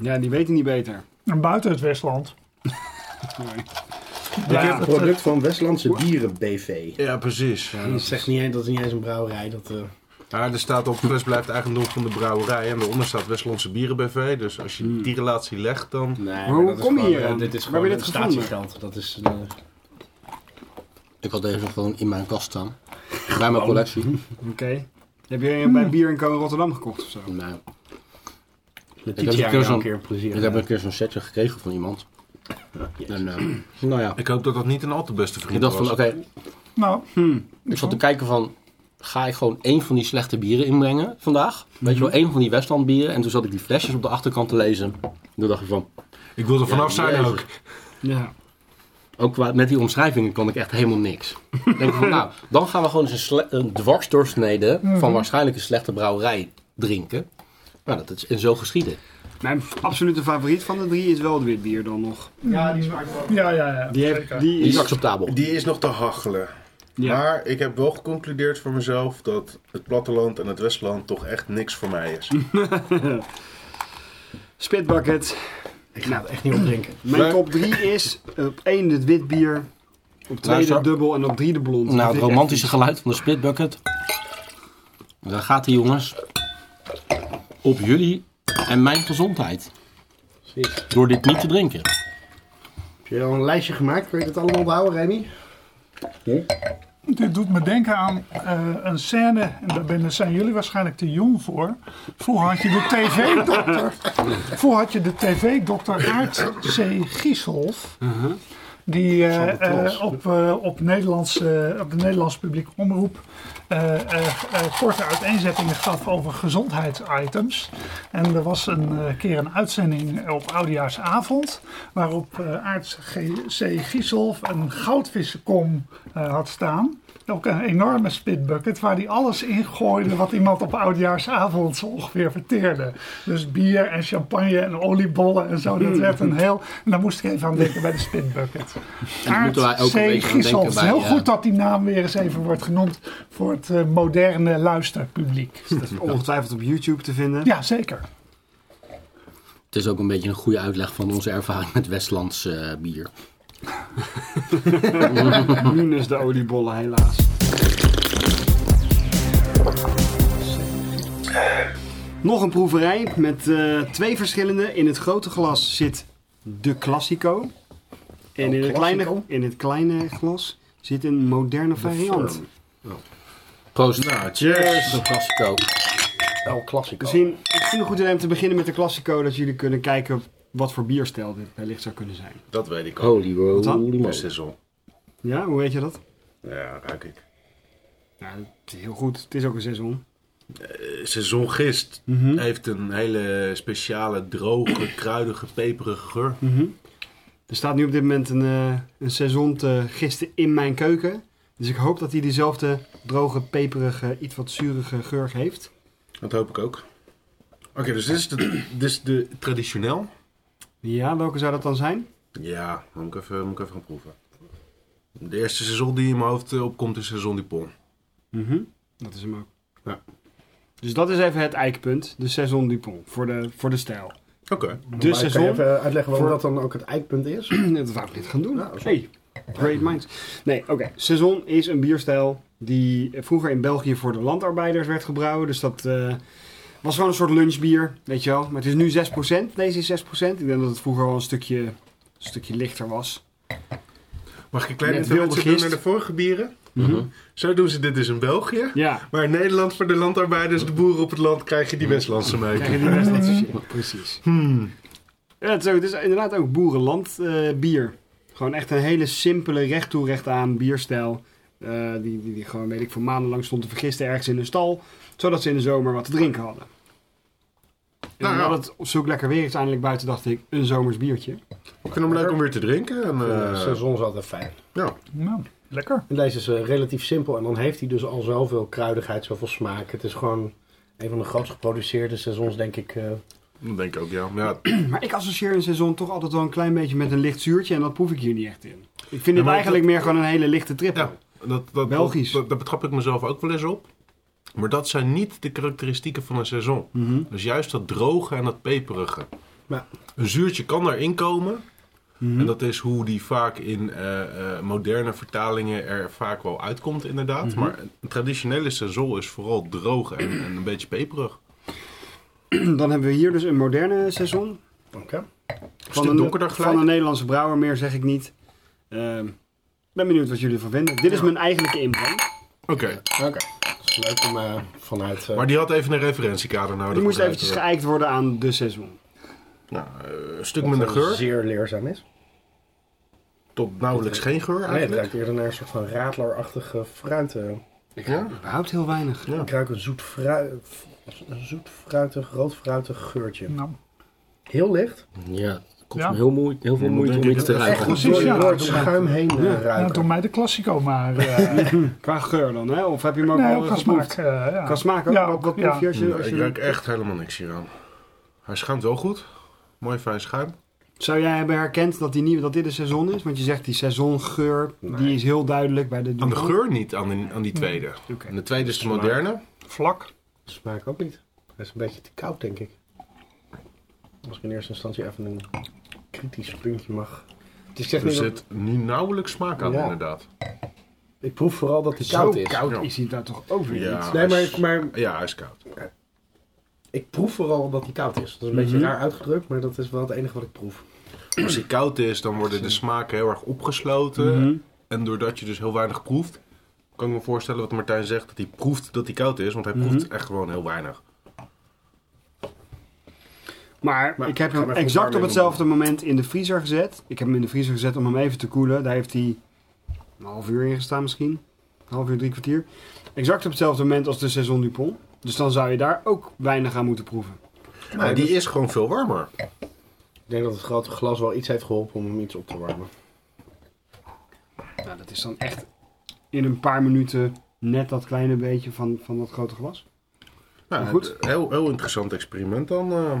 S4: Ja, die weten niet beter.
S5: En buiten het Westland...
S3: Ik
S5: blijft
S3: heb een
S5: het,
S3: product van Westlandse Dieren BV.
S2: Ja, precies. Ja,
S3: Dat zegt niet eens, dat is niet eens een brouwerij. Dat, eh,
S2: er staat op fles blijft eigendom van de brouwerij en daaronder staat Westlandse Bieren BV. Dus als je die relatie legt, dan...
S3: nee, maar
S4: hoe
S3: dat is
S4: kom je
S3: gewoon,
S4: hier
S3: eh,
S4: aan?
S3: Dit is
S4: Waar heb
S3: gewoon
S4: je
S3: een
S4: dit gevonden?
S3: statiegeld. Dat is, eh,
S1: Ik had deze gewoon in mijn kast staan. Bij mijn collectie.
S4: Oké. Heb je
S5: Hmm.
S4: bij Bier en Co in Rotterdam gekocht of zo?
S1: Nou,
S3: met
S1: heb
S3: Tietja
S1: een keer
S3: jou een
S1: zo'n-
S3: keer plezier.
S1: ik heb een keer zo'n setje gekregen van iemand. En, eh, nou ja,
S2: Ik hoop dat dat niet een al te beste vriend
S1: ik dacht
S2: was.
S1: van oké,
S5: nou,
S1: ik zat te kijken van... Ga ik gewoon één van die slechte bieren inbrengen vandaag? Weet je wel, één van die Westland bieren. En toen zat ik die flesjes op de achterkant te lezen. En toen dacht ik van...
S2: Ik wil er vanaf
S1: Ja,
S2: zijn
S1: jezus.
S2: ook.
S4: Ja.
S1: Ook qua- met die omschrijvingen kon ik echt helemaal niks. Ik denk van, nou, dan gaan we gewoon eens een, sle- een dwarsdoorsnede van waarschijnlijk een slechte brouwerij drinken. Nou, dat is en zo geschieden.
S4: Mijn absolute favoriet van de drie is wel het witbier dan nog.
S3: Ja, die smaakt wel.
S5: ja, ja, ja.
S4: Die,
S5: zeker.
S4: heb, die
S1: Die is
S4: is...
S1: acceptabel.
S2: Die is nog te hachelen.
S4: Ja.
S2: Maar ik heb wel geconcludeerd voor mezelf dat het platteland en het Westland toch echt niks voor mij is.
S4: Spitbucket.
S3: Ik ga het echt niet opdrinken.
S4: Mijn
S2: Maar-
S4: top drie is op één het witbier, op twee
S1: Luister.
S4: de dubbel en op drie de blond. Dat
S1: Nou,
S4: vind
S1: het
S4: ik
S1: romantische geluid van de splitbucket. Daar gaat hij, jongens. Op jullie en mijn gezondheid.
S3: Precies.
S1: Door dit niet te drinken.
S3: Heb je al een lijstje gemaakt? Kun je dat allemaal onthouden, Remy?
S5: Dit doet me denken aan eh, een scène, en daar ben- daar zijn jullie waarschijnlijk te jong voor. Vroeger had je de tv-dokter. Vroeger had je de tv-dokter Aart C. Gieshoff. Die eh, eh, op, eh, op, Nederlands, eh, op de Nederlandse publieke omroep eh, eh, eh, korte uiteenzettingen gaf over gezondheidsitems. En er was een eh, keer een uitzending op Oudejaarsavond. Waarop eh Aart G- C. Gieshoff een goudvissenkom eh, had staan. Ook een enorme spitbucket waar hij alles in gooide wat iemand op oudjaarsavond zo ongeveer verteerde. Dus bier en champagne en oliebollen en zo. Dat werd een heel... En daar moest ik even aan denken bij de spitbucket.
S1: daar moeten wij ook een
S5: C.
S1: beetje aan
S5: Gieshoff.
S1: denken
S5: Het is heel
S1: bij, eh,
S5: goed dat die naam weer eens even wordt genoemd voor het eh, moderne luisterpubliek.
S4: echt- Dat is ongetwijfeld op YouTube te vinden.
S5: Ja, zeker.
S1: Het is ook een beetje een goede uitleg van onze ervaring met Westlands eh, bier.
S4: Minus de oliebollen helaas. Nog een proeverij met eh, twee verschillende. In het grote glas zit de Classico.
S1: Oh,
S4: En in het, kleine,
S3: Classico?
S4: in het kleine glas zit een moderne variant.
S3: Firm.
S1: Proost.
S2: cheers!
S1: De Classico.
S3: El Classico.
S4: Misschien, misschien een goed idee om te beginnen met de Classico. Dat jullie kunnen kijken wat voor bierstijl dit wellicht zou kunnen zijn.
S2: Dat weet ik ook.
S1: Holy roly
S4: dan?
S1: moly.
S2: De Sizzle.
S4: Ja, hoe weet je dat?
S2: Ja, ruik ik.
S4: Nou, het is heel goed. Het is ook een seizoen.
S2: Eh, Seizoengist heeft een hele speciale, droge, kruidige, peperige geur.
S4: Mhm. Er staat nu op dit moment een, eh een seizoen te gisten in mijn keuken. Dus ik hoop dat hij diezelfde droge, peperige, iets wat zurige geur heeft.
S2: Dat hoop ik ook. Oké, dus dit is, de, dit is de traditioneel.
S4: Ja, welke zou dat dan zijn?
S2: Ja, moet ik even, moet ik even gaan proeven. De eerste seizoen die in mijn hoofd eh, opkomt is seizoen die pol.
S4: Mhm, Dat is hem ook.
S2: Ja.
S4: Dus dat is even het eikpunt. De Saison Dupont voor de, voor de stijl.
S2: Oké.
S4: De
S3: Maar Kan je
S4: Saison.
S3: even uitleggen waarom
S4: Voor-
S3: dat dan ook het eikpunt is?
S4: Dat wou ik niet gaan doen.
S3: Nou, zo.
S4: hey, great minds. Nee, oké. Saison is een bierstijl die vroeger in België voor de landarbeiders werd gebrouwen. Dus dat eh, was gewoon een soort lunchbier, weet je wel. Maar het is nu 6%. Deze is 6%. Ik denk dat het vroeger wel een stukje, een stukje lichter was.
S2: Mag ik een klein
S4: Met
S2: interventie
S4: wilde
S2: doen
S4: gist. Mhm.
S2: naar de vorige bieren? Zo doen ze dit dus in België.
S4: Ja.
S2: Maar in Nederland voor de landarbeiders, de boeren op het land, krijg je die Westlandse meuk.
S4: Krijg je die best wat shit. Precies.
S2: Hmm.
S4: Ja, het is, ook- het is inderdaad ook boerenland eh, bier. Gewoon echt een hele simpele, recht toe, recht aan bierstijl. Eh, die, die, die gewoon, weet ik, voor maandenlang stond te vergisten ergens in een stal. Zodat ze in de zomer wat te drinken hadden. En
S2: Nou ja.
S4: omdat het op zoek lekker weer is, eindelijk buiten dacht ik, een zomers biertje.
S2: Ik vind hem leuk om weer te drinken. En,
S3: Eh,
S2: eh,
S3: Seizoen is altijd fijn.
S2: ja.
S5: Nou, lekker.
S3: En deze is eh, relatief simpel en dan heeft hij dus al zoveel kruidigheid, zoveel smaak. Het is gewoon een van de grootst geproduceerde seizoens, denk ik. eh.
S2: Dat denk ik ook, ja. ja.
S4: Maar ik associeer een seizoen toch altijd wel een klein beetje met een licht zuurtje. En dat proef ik hier niet echt in. Ik vind
S2: maar
S4: het eigenlijk meer gewoon een hele lichte trippel.
S2: ja dat, dat,
S4: Belgisch.
S2: Dat, dat betrap ik mezelf ook wel eens op. Maar dat zijn niet de karakteristieken van een seizoen.
S4: Mhm.
S2: Dus juist dat droge en dat peperige.
S3: Ja.
S2: Een zuurtje kan daarin komen. En dat is hoe die vaak in eh, eh, moderne vertalingen er vaak wel uitkomt, inderdaad. Maar een traditionele seizoen is vooral droog en, en een beetje peperig.
S4: Dan hebben we hier dus een moderne seizoen.
S3: Oké.
S2: Een
S4: Van
S2: stuk
S4: een,
S2: donkerder gelijk.
S4: van een Nederlandse brouwer, meer zeg ik niet. Ehm, ben benieuwd wat jullie ervan vinden. Dit is mijn eigenlijke inbreng.
S2: Oké,
S3: Oké. Dat is leuk om eh, vanuit... eh,
S2: maar die had even een referentiekader nodig.
S4: Die moest
S2: om te
S4: eventjes
S2: weten.
S4: geëikt worden aan de seizoen.
S2: Nou, eh, een stuk
S3: dat
S2: minder
S3: het
S2: geur,
S3: zeer leerzaam is.
S2: tot nauwelijks geen geur
S3: Nee, het
S2: eigenlijk.
S3: ruikt eerder naar een soort van raadlerachtige fruit. eh.
S2: ja?
S4: Überhaupt heel weinig.
S2: Ja.
S3: Ik ruik een zoet, frui- een zoet fruitig, roodfruitig geurtje.
S5: Nou,
S3: Heel licht.
S1: Ja, het kost
S5: Ja.
S1: me heel, moe- heel veel
S2: Dan
S1: moeite
S2: denk
S1: om
S2: ik
S1: iets te
S2: dat het
S1: ruiken.
S3: Goed
S5: Precies,
S3: door, je-
S5: ja.
S3: door het schuim heen eh,
S5: ja,
S3: ruiken.
S5: door mij de klassico maar. eh
S4: Qua geur dan, hè? Of heb je hem ook
S5: nee,
S4: al
S5: ook qua
S4: geproefd?
S5: smaak. eh, ja.
S4: Qua smaak ook?
S5: Ja,
S4: wat wat
S5: ja.
S4: proef je als je...
S2: Nou,
S4: als
S2: ik
S4: je-
S2: ruik echt helemaal niks hier aan. Hij schuimt wel goed. Mooi fijn schuim.
S4: Zou jij hebben herkend dat, die nieuwe, dat dit de seizoen is? Want je zegt die seizoengeur, die is heel duidelijk bij de...
S2: Aan de geur niet, aan, de-
S3: Mm.
S2: aan die tweede.
S4: Oké.
S2: En de tweede is de moderne.
S5: Vlak.
S3: Smaak ook niet. Hij is een beetje te koud, denk ik. Als ik in eerste instantie even een kritisch puntje mag. Het is echt
S2: Er
S3: niet dat-
S2: zit nu nauwelijks smaak aan,
S3: Ja.
S2: inderdaad.
S3: Ik proef vooral dat hij
S4: Zo
S3: koud is.
S2: Ja.
S4: koud is hij daar toch ook weer niet?
S2: Ja,
S3: Nee,
S2: hij
S3: maar,
S2: is-
S3: maar
S2: ja, hij is koud.
S3: ik proef vooral dat hij koud is. Dat is een
S4: Mhm.
S3: beetje raar uitgedrukt, maar dat is wel het enige wat ik proef.
S2: Als hij koud is, dan worden de smaken heel erg opgesloten.
S4: Mhm.
S2: En doordat je dus heel weinig proeft, kan ik me voorstellen wat Martijn zegt, dat hij proeft dat hij koud is, want hij
S3: Mhm.
S2: proeft echt gewoon heel weinig.
S4: Maar,
S3: Maar
S4: ik heb
S3: ga
S4: hem
S3: maar even
S4: exact op
S3: warm
S4: hetzelfde moment in de vriezer gezet. Ik heb hem in de vriezer gezet om hem even te koelen. Daar heeft hij een half uur in gestaan misschien. Een half uur, drie kwartier. Exact op hetzelfde moment als de Saison Dupont. Dus dan zou je daar ook weinig aan moeten proeven.
S2: Maar die
S3: dus-
S2: is gewoon veel warmer.
S3: Ik denk dat het grote glas wel iets heeft geholpen om hem iets op te warmen.
S4: Nou, dat is dan echt in een paar minuten net dat kleine beetje van, van dat grote glas.
S2: Nou,
S4: Goed.
S2: het- Heel, heel interessant experiment dan. eh.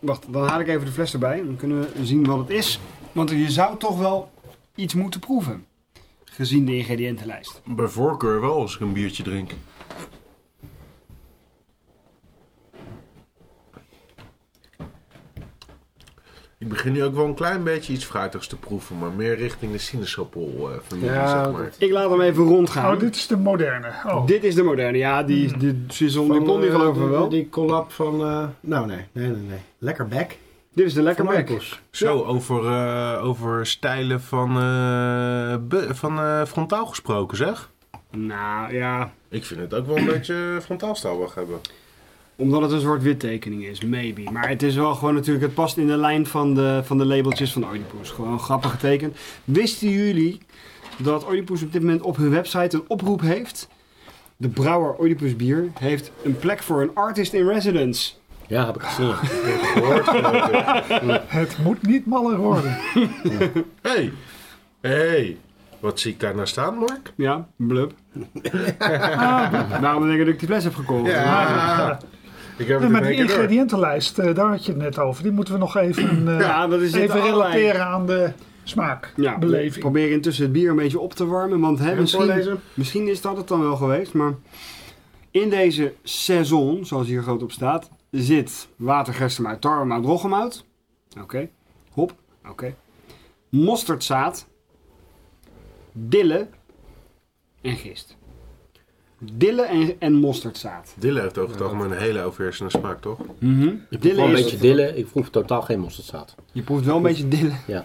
S4: Wacht, dan haal ik even de fles erbij. Dan kunnen we zien wat het is. Want je zou toch wel iets moeten proeven. Gezien de ingrediëntenlijst.
S2: Bij voorkeur wel als ik een biertje drink. Ik begin nu ook wel een klein beetje iets fruitigs te proeven, maar meer richting de sinaasappelfamilie,
S3: Ja,
S2: zeg maar.
S4: Ik laat hem even rondgaan.
S5: Oh, dit is de moderne. Oh.
S4: Dit is de moderne, ja. Die, die Saison Dupont, die
S3: Mhm. eh,
S4: geloven we
S3: die-
S4: wel.
S3: Die collab van... eh, nou, nee. Nee, nee, nee. Lekker back.
S4: Dit is de lekker
S3: Van
S4: merk.
S3: Marcos.
S2: Zo, over, eh, over stijlen van, eh, be- van eh, frontaal gesproken, zeg.
S4: Nou ja,
S2: Ik vind het ook wel een beetje frontaalstijl weg eh, hebben.
S4: Omdat het een soort wittekening is, maybe. Maar het is wel gewoon natuurlijk, het past in de lijn van de, van de labeltjes van Oedipus. Gewoon grappig getekend. Wisten jullie dat Oedipus op dit moment op hun website een oproep heeft? De brouwer Oedipus Bier heeft een plek voor een artist in residence.
S1: Ja, heb ik gezien.
S5: Het moet niet maller worden.
S2: Hey. Hey. Wat zie ik daar nou staan, Mark?
S4: Ja, blub. ah, daarom denk ik dat ik die fles heb gekocht.
S2: Ja. Ik heb
S5: Ja,
S2: het
S5: maar
S2: in
S5: eh, die
S2: één keer door.
S5: ingrediëntenlijst, eh, daar had je het net over. Die moeten we nog even, eh,
S4: Ja, dat is dit
S5: even
S4: allerlei.
S5: relateren aan de
S4: Ja, we
S5: smaakbeleving.
S4: proberen intussen het bier een beetje op te warmen. Want hè, misschien,
S3: voorlezen?
S4: misschien is dat het dan wel geweest. Maar in deze saison, zoals hier groot op staat, zit watergerstemout, tarwemout, roggemout. Oké. Hop. Oké. Mosterdzaad. Dille. En gist. Dille en, en mosterdzaad.
S2: Dille heeft over het algemeen een hele overheersende smaak, toch?
S1: Ik
S4: Dille
S1: proef wel een
S4: is,
S1: beetje dillen. Ik proef totaal geen mosterdzaad.
S4: je proeft wel een beetje dille.
S2: Een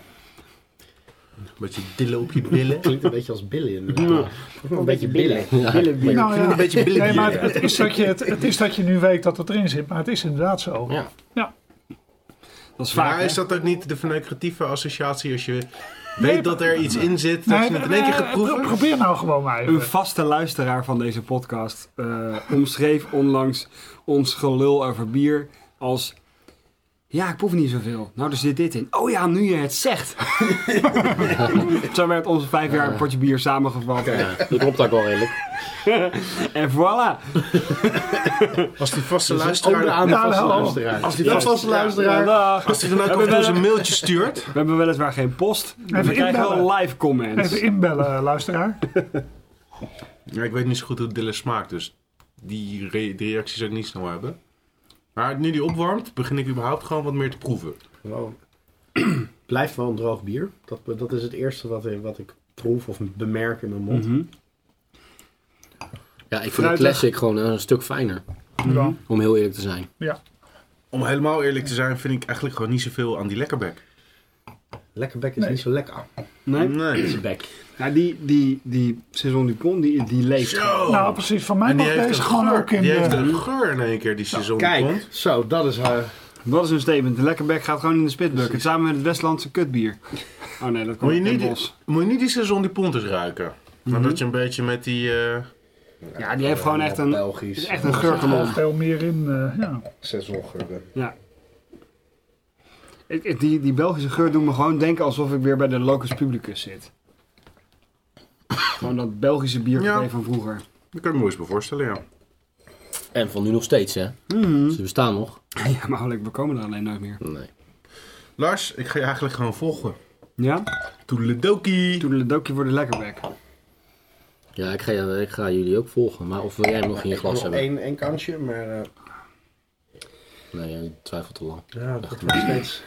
S2: beetje dille op je billen.
S3: Klinkt een beetje als billen inderdaad. Een beetje billen.
S4: Dille bier.
S5: Nou ja.
S2: beetje billen
S5: Nee, maar het, het is dat je, het, het is dat je nu weet dat het erin zit, maar het is inderdaad zo.
S1: Ja.
S4: dat is vaak.
S2: Maar
S4: hè?
S2: is dat ook niet de verneukeratieve associatie als je weet
S5: Nee,
S2: dat er iets in zit, dat
S5: Nee,
S2: je het in één keer gaat
S5: eh,
S2: proeven?
S5: pro- Probeer nou gewoon maar even.
S4: Een vaste luisteraar van deze podcast eh, omschreef onlangs ons gelul over bier als... Ja, ik proef niet zoveel. Nou, er zit dit in. Oh ja, nu je het zegt. Zo werd ons vijf jaar potje bier samengevat.
S1: Dat klopt ook wel redelijk.
S4: En voilà.
S2: Als die vaste
S3: Ook de
S2: luisteraar...
S3: aan de
S5: Ja,
S3: vaste
S5: hallo.
S3: luisteraar.
S2: Als die
S3: Ja,
S2: vaste
S3: vaste luisteraar.
S4: Dag.
S2: Als hij dan ook af en toe eens een mailtje stuurt.
S4: We hebben weliswaar geen post. maar we
S5: Even
S4: krijgen wel
S5: inbellen.
S4: live comments.
S5: Even inbellen, eh, luisteraar.
S2: Ja, ik weet niet zo goed hoe Dille smaakt, dus die, re- die reactie zou ik niet snel hebben. Maar nu die opwarmt, begin ik überhaupt gewoon wat meer te proeven.
S3: Wel- Blijft wel een droog bier. Dat, dat is het eerste wat, wat ik proef of bemerk in mijn mond.
S4: Mhm.
S1: Ja, ik vind de
S4: Fruitig.
S1: classic gewoon een stuk fijner.
S4: Mhm.
S5: Ja.
S1: Om heel eerlijk te zijn.
S5: Ja.
S2: Om helemaal eerlijk te zijn, vind ik eigenlijk gewoon niet zoveel aan die lekkerbek.
S3: Lekkerbek is niet zo lekker.
S4: Nee?
S2: Nee.
S4: Nou, die, die, die Saison Dupont, die, die leeft.
S2: Zo!
S5: Nou, precies. Van mij
S2: Oh. en die
S5: mag
S2: heeft
S5: deze
S2: een
S5: gewoon
S2: geur.
S5: ook in
S2: Die heeft
S5: de...
S2: een geur in één keer, die seizoen
S3: Kijk, zo, dat is
S4: eh,
S3: haar.
S4: Dat is een statement. De Lekkerbek gaat gewoon in de spitbucket. Samen met het Westlandse kutbier. Oh nee, dat komt
S2: Moet je,
S4: uit Den
S2: niet,
S4: Bosch.
S2: moet je niet die seizoen die pontes ruiken. Maar dat je een beetje met die... eh,
S4: Ja, die heeft gewoon echt een,
S3: Eh, Belgisch.
S4: is echt een
S5: Er
S4: geurkanon.
S5: zit veel meer in. eh, ja.
S3: seizoengeuren.
S4: Ja. Ik, ik- die, die Belgische geur doet me gewoon denken alsof ik weer bij de Locus Publicus zit. Gewoon dat Belgische bier
S2: Ja.
S4: van vroeger.
S2: Dat kan ik me eens bij voorstellen, ja.
S1: En van nu nog steeds, hè?
S4: Mhm.
S1: Ze bestaan nog.
S4: Ja, maar Alec, we komen er alleen nooit meer.
S1: Nee.
S2: Lars, ik ga je eigenlijk gewoon volgen.
S4: Ja?
S2: Toedeledokie!
S4: Toedeledokie voor de lekkerbek.
S1: Ja, ik ga, ik ga jullie ook volgen. Maar of wil jij hem nog in je
S3: Ik heb
S1: glas
S3: nog
S1: hebben?
S3: één, één kantje, maar eh
S1: Nee, jij twijfelt te lang.
S3: ja, dat nog steeds.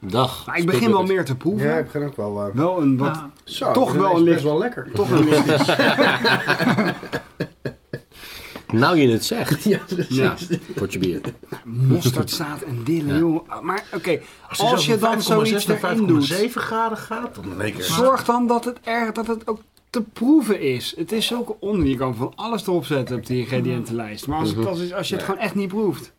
S1: Dag.
S4: Maar ik begin wel meer te proeven.
S3: Ja, ik begin ook wel. eh,
S4: Wel een wat...
S5: Ah,
S3: zo,
S4: Toch
S3: dit is
S4: wel
S3: best
S4: licht.
S3: wel lekker.
S4: Toch een mystisch.
S1: Nou je het zegt.
S3: Ja, dat is-
S1: Ja, Dus potje bier.
S4: mosterdzaad en dillen, joh. Maar oké, als,
S2: hij zelfs
S4: je
S2: van
S4: dan zoiets
S2: 5,6 naar
S4: erin doet...
S2: 5,7 graden gaat, dan in één keer...
S4: Zorg dan dat het, erg, dat het ook te proeven is. Het is zulke onzin. Je kan van alles erop zetten op die ingrediëntenlijst. Maar als, het, als, als je het gewoon echt niet proeft.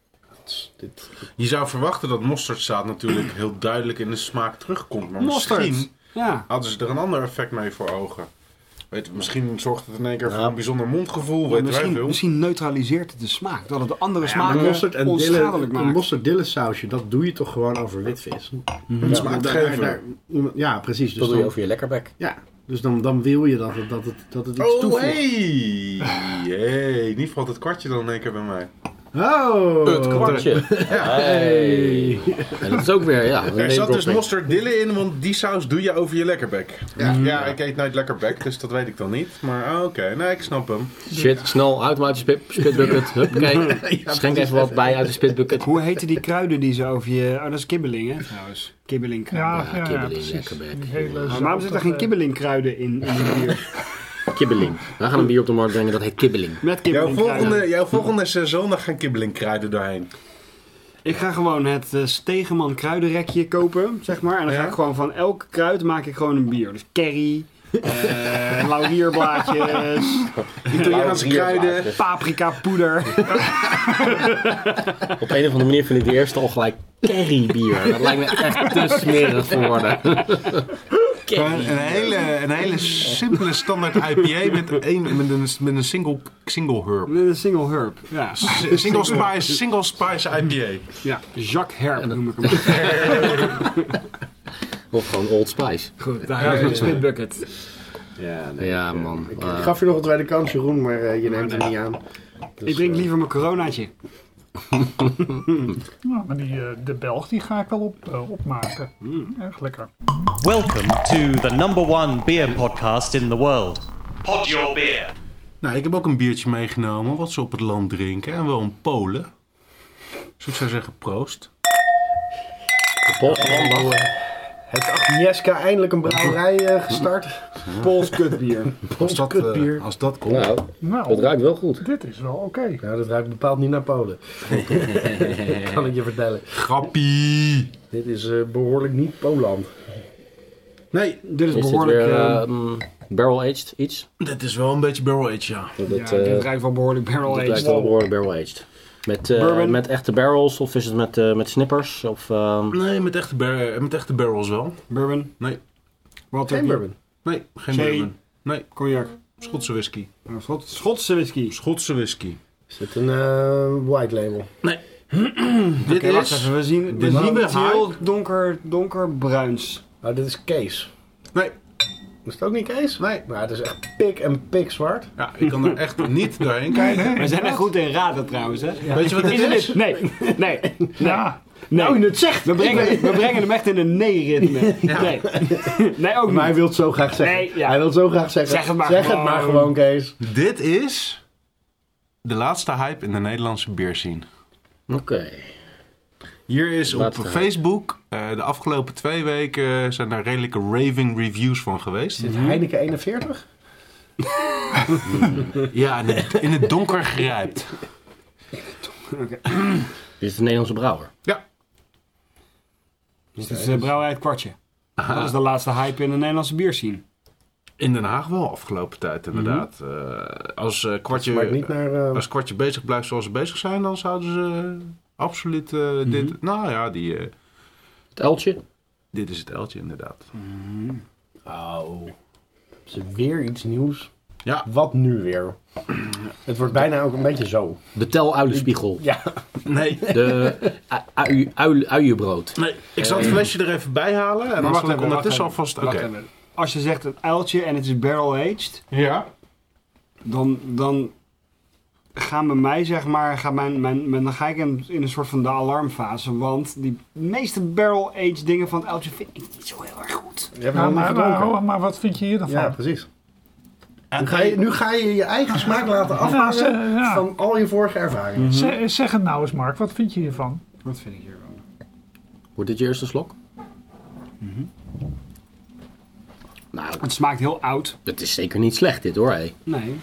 S3: dit-
S2: Je zou verwachten dat mosterdzaad natuurlijk heel duidelijk in de smaak terugkomt. Maar
S4: Mosterd.
S2: misschien
S4: Ja.
S2: hadden ze er een ander effect mee voor ogen. Weet, je, misschien zorgt het in één keer voor een bijzonder mondgevoel, weet wij
S4: Misschien,
S2: veel.
S4: misschien neutraliseert het de smaak. Dat het de andere
S3: Maar
S4: smaken
S3: mosterd en
S4: eh, onschadelijk
S3: dille, een
S4: maakt.
S3: mosterd dillensausje, dat doe je toch gewoon over witvis?
S4: Mhm.
S2: Het
S3: Ja,
S2: smaakt
S3: daar-
S2: geven.
S3: daar- ja, precies. Dus
S1: Dat doe je
S3: dan,
S1: over je lekkerbek.
S3: ja, dus dan, dan wil je dat het, dat het, dat het iets
S2: Oh,
S3: toevoegt.
S2: hey! Hey, niet valt het kwartje dan in één keer bij mij.
S3: Oh!
S2: Eh,
S1: Kwartje. Hey. En dat is ook weer, ja. een
S2: Er zat dus
S1: neemdrop.
S2: mosterdille in, want die saus doe je over je lekkerbek. Mm. Ja, ja ik eet nooit lekkerbek, dus dat weet ik dan niet. Maar oh, oké, nee, ik snap hem.
S1: Shit, snel, uit uit je spit- spitbucket. Huppakee. Schenk even wat bij uit de spitbucket.
S4: Hoe heten die kruiden die ze over je... Oh, dat is kibbeling, hè, trouwens. Kibbeling kruiden.
S5: ja, ja, ja,
S1: kibbeling,
S5: precies.
S1: lekkerbek.
S5: Die hele
S4: Maar waarom
S5: zout,
S4: zit er
S5: dat,
S4: geen
S5: eh,
S4: kibbeling kruiden in, in die bier?
S1: Kibbeling. Wij gaan een bier op de markt brengen, dat heet kibbeling.
S4: Met
S2: Jouw
S4: kibbeling
S2: volgende, jouw volgende seizoen, daar gaan kibbeling kruiden doorheen.
S4: Ik ga gewoon het eh, Stegeman kruidenrekje kopen, zeg maar. En dan ga
S2: Ja?
S4: ik gewoon van elk kruid maak ik gewoon een bier. Dus curry, eh, laurierblaadjes,
S1: Italiaanse
S4: kruiden, paprika poeder.
S1: Op een of andere manier vind ik de eerste al gelijk currybier. Dat lijkt me echt te smerig voor woorden.
S2: Gewoon een hele, een hele simpele standaard IPA met een, met een, met een single, single herb.
S4: Met een single herb. Ja,
S2: S- Single spice, single spice IPA.
S4: ja. Jacques Herb noem ik hem.
S1: Of gewoon Old Spice.
S4: Goed, daar hebben we de spitbucket.
S1: Ja, man.
S3: Ik, ik
S1: Eh,
S3: gaf je nog een tweede kans, Jeroen, maar eh, je neemt hem niet aan. Dus,
S4: Ik drink
S3: eh,
S4: liever mijn coronaatje.
S5: Nou, maar die, eh, de Belg die ga ik wel op, eh, opmaken. Erg lekker.
S6: Welcome to the number one beer podcast in the world. Pod Your Beer.
S2: Nou, ik heb ook een biertje meegenomen wat ze op het land drinken. En wel in Polen. Dus ik zou zeggen proost.
S3: Heeft Agnieszka eindelijk een brouwerij eh, gestart? Pols kutbier. Pols kutbier.
S2: als dat komt.
S1: nou, dat
S5: Nou,
S1: ruikt wel goed.
S5: dit is wel oké.
S3: Nou, dat ruikt bepaald niet naar Polen. kan ik je vertellen.
S2: Grappie.
S3: Dit is eh, behoorlijk niet Poland.
S2: Nee,
S4: Dit is,
S1: Is dit
S4: behoorlijk...
S1: weer
S4: eh,
S1: eh, mm, barrel-aged iets?
S2: dit is wel een beetje barrel age, ja.
S1: Dat,
S4: ja,
S1: eh,
S4: dit ruikt wel behoorlijk barrel
S1: dat lijkt
S4: aged.
S1: wel behoorlijk barrel-aged. Met, eh,
S4: Bourbon.
S1: met echte barrels of is het met, eh, met snippers? Of, ehm,
S2: Nee, met echte, bar- met echte barrels wel.
S4: Bourbon.
S2: Nee.
S4: Water.
S3: Geen bourbon.
S2: Nee, geen
S4: Sherry.
S2: bourbon. Nee,
S4: Cognac.
S2: Schotse whisky.
S4: Eh, Schot- Schotse whisky.
S2: Schotse whisky.
S3: Is dit een eh, white label?
S2: dit
S4: Oké, wacht even. We zien, we
S2: dit
S4: zien
S2: is
S4: iets heel donker, donkerbruins.
S3: Oh, dit is Kees.
S2: Nee.
S3: Is het ook niet Kees? Nee. Maar het is echt pik en pik zwart.
S2: Ja, ik kan er echt niet doorheen kijken.
S4: We zijn echt goed in raden trouwens, hè?
S2: Weet je wat dit is?
S4: het? Nee, nee, nee.
S5: Ja,
S4: Nou, je het zegt. We brengen, we brengen hem echt in een nee-ritme. Nee. nee, ook
S3: Maar hij
S4: niet.
S3: wil het zo graag zeggen.
S4: Nee, ja.
S3: Hij wil het zo graag zeggen.
S4: Zeg het maar
S3: zeg
S4: gewoon.
S3: Het maar gewoon, Kees.
S2: Dit is de laatste hype in de Nederlandse bierscene.
S1: Oké.
S2: Hier is op
S1: Laatste hype.
S2: Facebook eh, de afgelopen twee weken eh, zijn daar redelijke raving reviews van geweest.
S3: Is Heineken 41?
S2: Ja, in het, in het donker grijpt.
S1: Dit is een Nederlandse brouwer.
S2: Ja.
S4: Dus het is een brouwerij het kwartje. Dat is de laatste hype in de Nederlandse bierscene.
S2: In Den Haag wel afgelopen tijd inderdaad. Eh, als, eh, kwartje,
S3: Maar Mhm. niet naar... eh,
S2: als kwartje bezig blijft zoals ze bezig zijn, dan zouden ze eh, absoluut eh, dit...
S3: Mhm.
S2: Nou ja, die, eh,
S1: Het uiltje.
S2: dit is het eltje inderdaad.
S3: Oh. Is er weer iets nieuws?
S2: Ja.
S3: Wat nu weer? Het wordt bijna ook een beetje zo.
S1: De teluilenspiegel.
S3: Ja.
S2: Nee,
S1: De ui- ui- ui- uienbrood.
S2: nee ik zal het flesje er even bij halen. En dan zal ik
S4: even,
S2: ondertussen
S4: wacht
S2: alvast...
S4: even,
S2: Oké.
S4: wacht even. Als je zegt een uiltje en het is barrel-aged,
S2: Ja.
S4: dan, dan gaan bij mij, zeg maar, gaat mijn, mijn, mijn- dan ga ik in, in een soort van de alarmfase. Want die meeste barrel-aged dingen van het uiltje vind ik niet zo heel erg goed.
S3: Je hebt
S5: Nou,
S3: nog niet
S5: maar,
S3: gedronken.
S5: maar, maar wat vind je hier dan van?
S3: Ja, precies. Nu ga, je, nu ga je je eigen smaak laten
S5: Nou, ze-
S3: afhangen
S5: ja.
S3: van al je vorige ervaringen.
S5: Zeg- zeg het nou eens, Mark. Wat vind je hiervan?
S4: Wat vind ik hier wel?
S1: Wordt dit je eerste slok? Nou,
S4: Het smaakt heel oud.
S1: het is zeker niet slecht dit hoor. hé.
S4: Nee.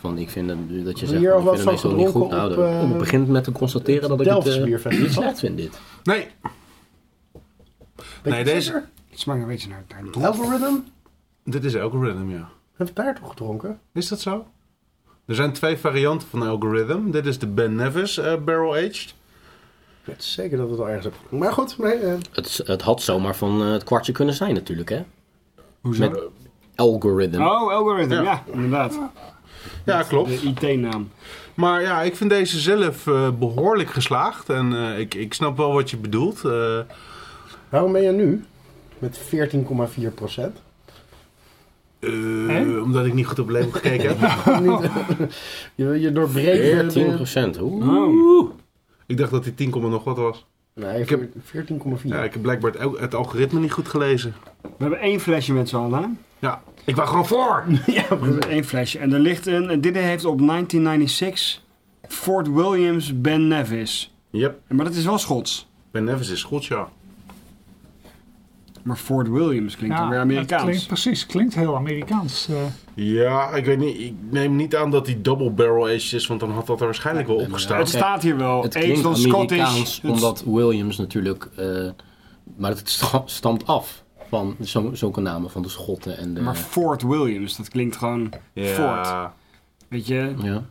S1: Van, ik vind dat, dat je
S3: Hier
S1: zegt, van,
S3: al
S1: ik
S3: wat
S1: vind het
S3: van
S1: meestal niet goed.
S3: gedronken
S1: Nou,
S3: op,
S1: dan-
S3: eh,
S1: dan begint het met te constateren dat ik het
S3: Delfts
S1: eh,
S3: Bierfestival.
S1: niet slecht vind dit.
S2: Nee.
S3: Ben je
S2: Nee, deze-
S3: zeker?
S4: Het smaakt een beetje naar, naar dronken.
S3: Algorithm?
S2: Dit is algorithm, ja.
S3: Heb ik daar toch gedronken?
S2: Is dat zo? Er zijn twee varianten van algorithm. Dit is de Ben Nevis eh, Barrel Aged.
S3: Ik weet zeker dat we het al ergens hebben gedronken. Maar goed, nee, eh,
S1: Het, het had zomaar van eh, het kwartje kunnen zijn natuurlijk hè.
S4: Hoezo?
S1: Met algorithm.
S4: Oh, algoritme, ja,
S2: Ja.
S4: inderdaad.
S2: Ja, klopt.
S4: De IT-naam.
S2: Maar ja, ik vind deze zelf eh, behoorlijk geslaagd. En eh, ik, ik snap wel wat je bedoelt. Eh,
S3: waarom ben je nu met 14,4 procent?
S2: eh,
S5: Hè?
S2: omdat ik niet goed op het label gekeken heb.
S3: Je, je doorbreekt... de-
S1: 14
S3: de-
S1: Oeh.
S2: ik dacht dat die 10, nog wat was.
S3: Nee,
S2: heb-
S3: 14,4.
S2: Ja, ik heb blijkbaar het, al- het algoritme niet goed gelezen.
S4: We hebben één flesje met z'n allen. hè?
S2: Ja, ik wou gewoon voor.
S4: We hebben één flesje. En er ligt een, en dit heeft op 1996 Fort Williams Ben Nevis.
S2: Yep.
S4: Maar dat is wel Schots.
S2: Ben Nevis is goed, ja.
S4: Maar Fort Williams klinkt dan weer
S5: het
S4: Amerikaans.
S5: Klinkt, precies, klinkt heel Amerikaans. eh.
S2: Ja, ik weet niet. Ik neem niet aan dat die double barrel aged is, want dan had dat er waarschijnlijk wel opgestaan.
S4: Het staat hier wel.
S1: Het
S4: Aged
S1: klinkt
S4: on
S1: Amerikaans
S4: Scottish. Het-
S1: omdat Williams natuurlijk... eh, maar het sta- stamt af. van zo- zulke namen van de Schotten en de...
S4: Maar Fort Williams, dat klinkt gewoon Fort.
S2: Ja,
S4: Weet je,
S1: ja.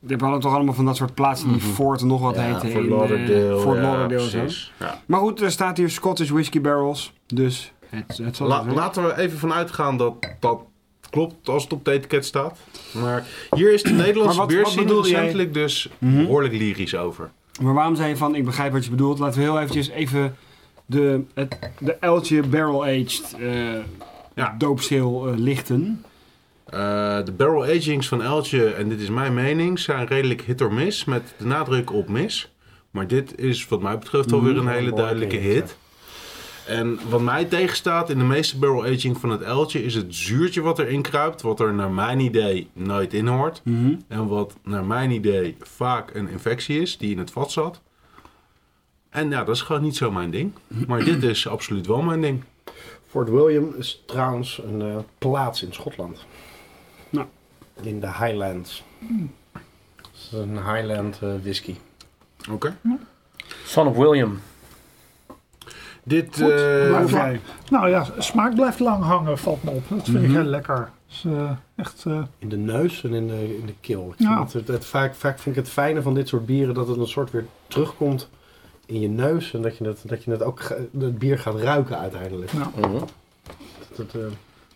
S4: we hadden toch allemaal van dat soort plaatsen die Fort en nog wat
S1: Ja,
S4: heette.
S2: Mhm. Fort
S4: in, eh,
S2: Lauderdale.
S4: Fort
S2: ja,
S4: Lauderdale en zo.
S2: precies. Ja.
S4: Maar goed, er staat hier Scottish Whiskey Barrels. Dus het, het zal
S2: La-
S4: wel zijn.
S2: laten we even vanuit gaan dat dat klopt als het op het etiket staat. Maar hier is de Nederlandse
S4: Maar wat- wat
S2: beerscene
S4: bedoel jij? Mhm.
S2: recentelijk dus behoorlijk lyrisch over.
S4: Maar waarom zei je van, ik begrijp wat je bedoelt. Laten we heel eventjes even de, het, de Eltje Barrel Aged eh
S2: Ja.
S4: doopsteel eh, lichten.
S2: Eh, de barrel agings van Eltje, en dit is mijn mening, zijn redelijk hit or miss. Met de nadruk op mis. Maar dit is wat mij betreft alweer een hele duidelijke hit. En wat mij tegenstaat in de meeste barrel aging van het Eltje is het zuurtje wat erin kruipt. Wat er naar mijn idee nooit in hoort. En wat naar mijn idee vaak een infectie is die in het vat zat. En ja, dat is gewoon niet zo mijn ding. Maar dit is absoluut wel mijn ding.
S3: Fort William is trouwens een eh, plaats in Schotland.
S4: Nou.
S3: In de Highlands.
S5: Hmm.
S3: Dat is een Highland eh, whisky.
S2: Oké.
S1: Son of William.
S2: Dit.
S5: Goed,
S2: eh,
S5: blijf
S4: oké.
S5: lang- Nou ja, smaak blijft lang hangen, valt me op. Dat
S4: Mhm.
S5: vind ik heel lekker. Dus, eh, echt, eh,
S3: In de neus en in de, in de keel. Ik
S5: Ja.
S3: vind het, het, het vaak, vaak vind ik het fijne van dit soort bieren dat het een soort weer terugkomt in je neus. En dat je het, dat je het ook ge- het bier gaat ruiken uiteindelijk.
S5: Ja.
S3: Dat, het, eh,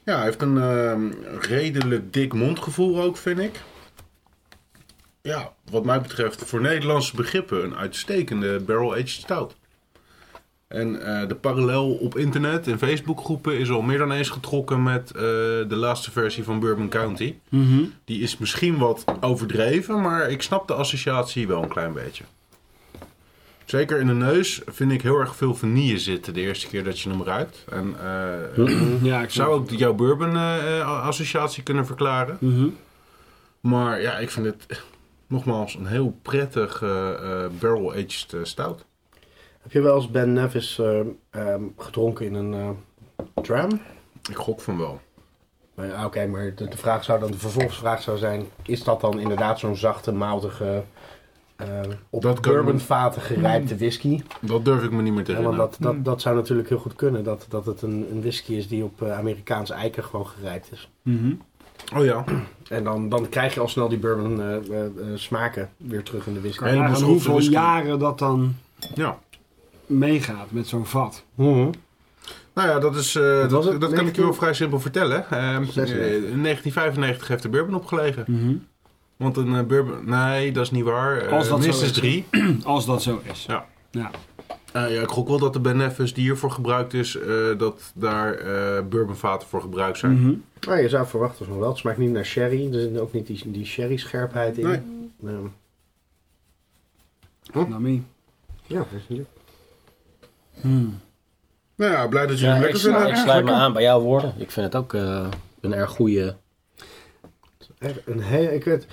S2: Ja, hij heeft een ehm, redelijk dik mondgevoel ook, vind ik. Ja, wat mij betreft voor Nederlandse begrippen een uitstekende barrel-aged stout. En eh, de parallel op internet en Facebookgroepen is al meer dan eens getrokken met eh, de laatste versie van Bourbon County. Die is misschien wat overdreven, maar ik snap de associatie wel een klein beetje. Zeker in de neus vind ik heel erg veel vanille zitten de eerste keer dat je hem ruikt. En eh,
S4: Ja, ik
S2: ik zou ook jouw bourbon-associatie kunnen verklaren.
S4: Mhm.
S2: Maar ja, ik vind het eh, nogmaals een heel prettig eh, eh, barrel-aged eh, stout.
S3: heb je wel eens Ben Nevis eh, ehm, gedronken in een eh, tram?
S2: Ik gok van wel.
S3: Maar, ja, Oké, maar de, de vraag zou dan, de vervolgsvraag zou zijn, is dat dan inderdaad zo'n zachte, moutige, eh op
S2: Dat kan- Hmm.
S3: bourbonvaten gerijpte whisky?
S2: Dat durf ik me niet meer te
S3: Ja, want
S2: herinneren.
S3: dat, dat, dat zou natuurlijk heel goed kunnen, dat, dat het een, een whisky is die op eh, Amerikaans eiken gewoon gerijpt is.
S4: Mhm.
S2: Oh ja,
S3: En dan, dan krijg je al snel die bourbon eh, eh, eh, smaken weer terug in de whisky.
S2: Kan je-
S4: Ja,
S2: heleboel
S4: en
S2: schroeven
S4: hoeveel
S2: dus-
S4: jaren dat dan
S2: ja.
S4: meegaat met zo'n vat.
S3: Mhm.
S2: Nou ja, dat, is, eh,
S3: Wat
S2: dat,
S3: was
S2: dat
S3: het?
S2: kan ik je wel
S3: 19?
S2: vrij simpel vertellen. Ehm, eh,
S3: 96.
S2: in 1995 heeft de bourbon opgelegen.
S4: Mhm.
S2: Want een eh, bourbon... Nee, dat is niet waar. Eh,
S4: Als dat zo
S2: minstens
S4: is.
S2: drie.
S4: Als dat zo is.
S2: Ja.
S4: ja.
S2: Eh, ja, ik gok wel dat de Ben Nevis die hiervoor gebruikt is, eh, dat daar eh bourbonvaten voor gebruikt zijn.
S4: Mhm.
S3: Nou, je zou verwachten van wel, het smaakt niet naar sherry, er zit ook niet die, die sherry scherpheid in.
S2: Nee.
S3: Ehm,
S4: Nami.
S3: ja, dat is niet-
S2: Nou ja, blij dat jullie
S1: Ja,
S2: hem
S1: ik,
S2: lekker vinden.
S1: slu- ik sluit me aan bij jouw woorden. Ik vind het ook eh, een erg goede...
S3: echt een heel, ik weet,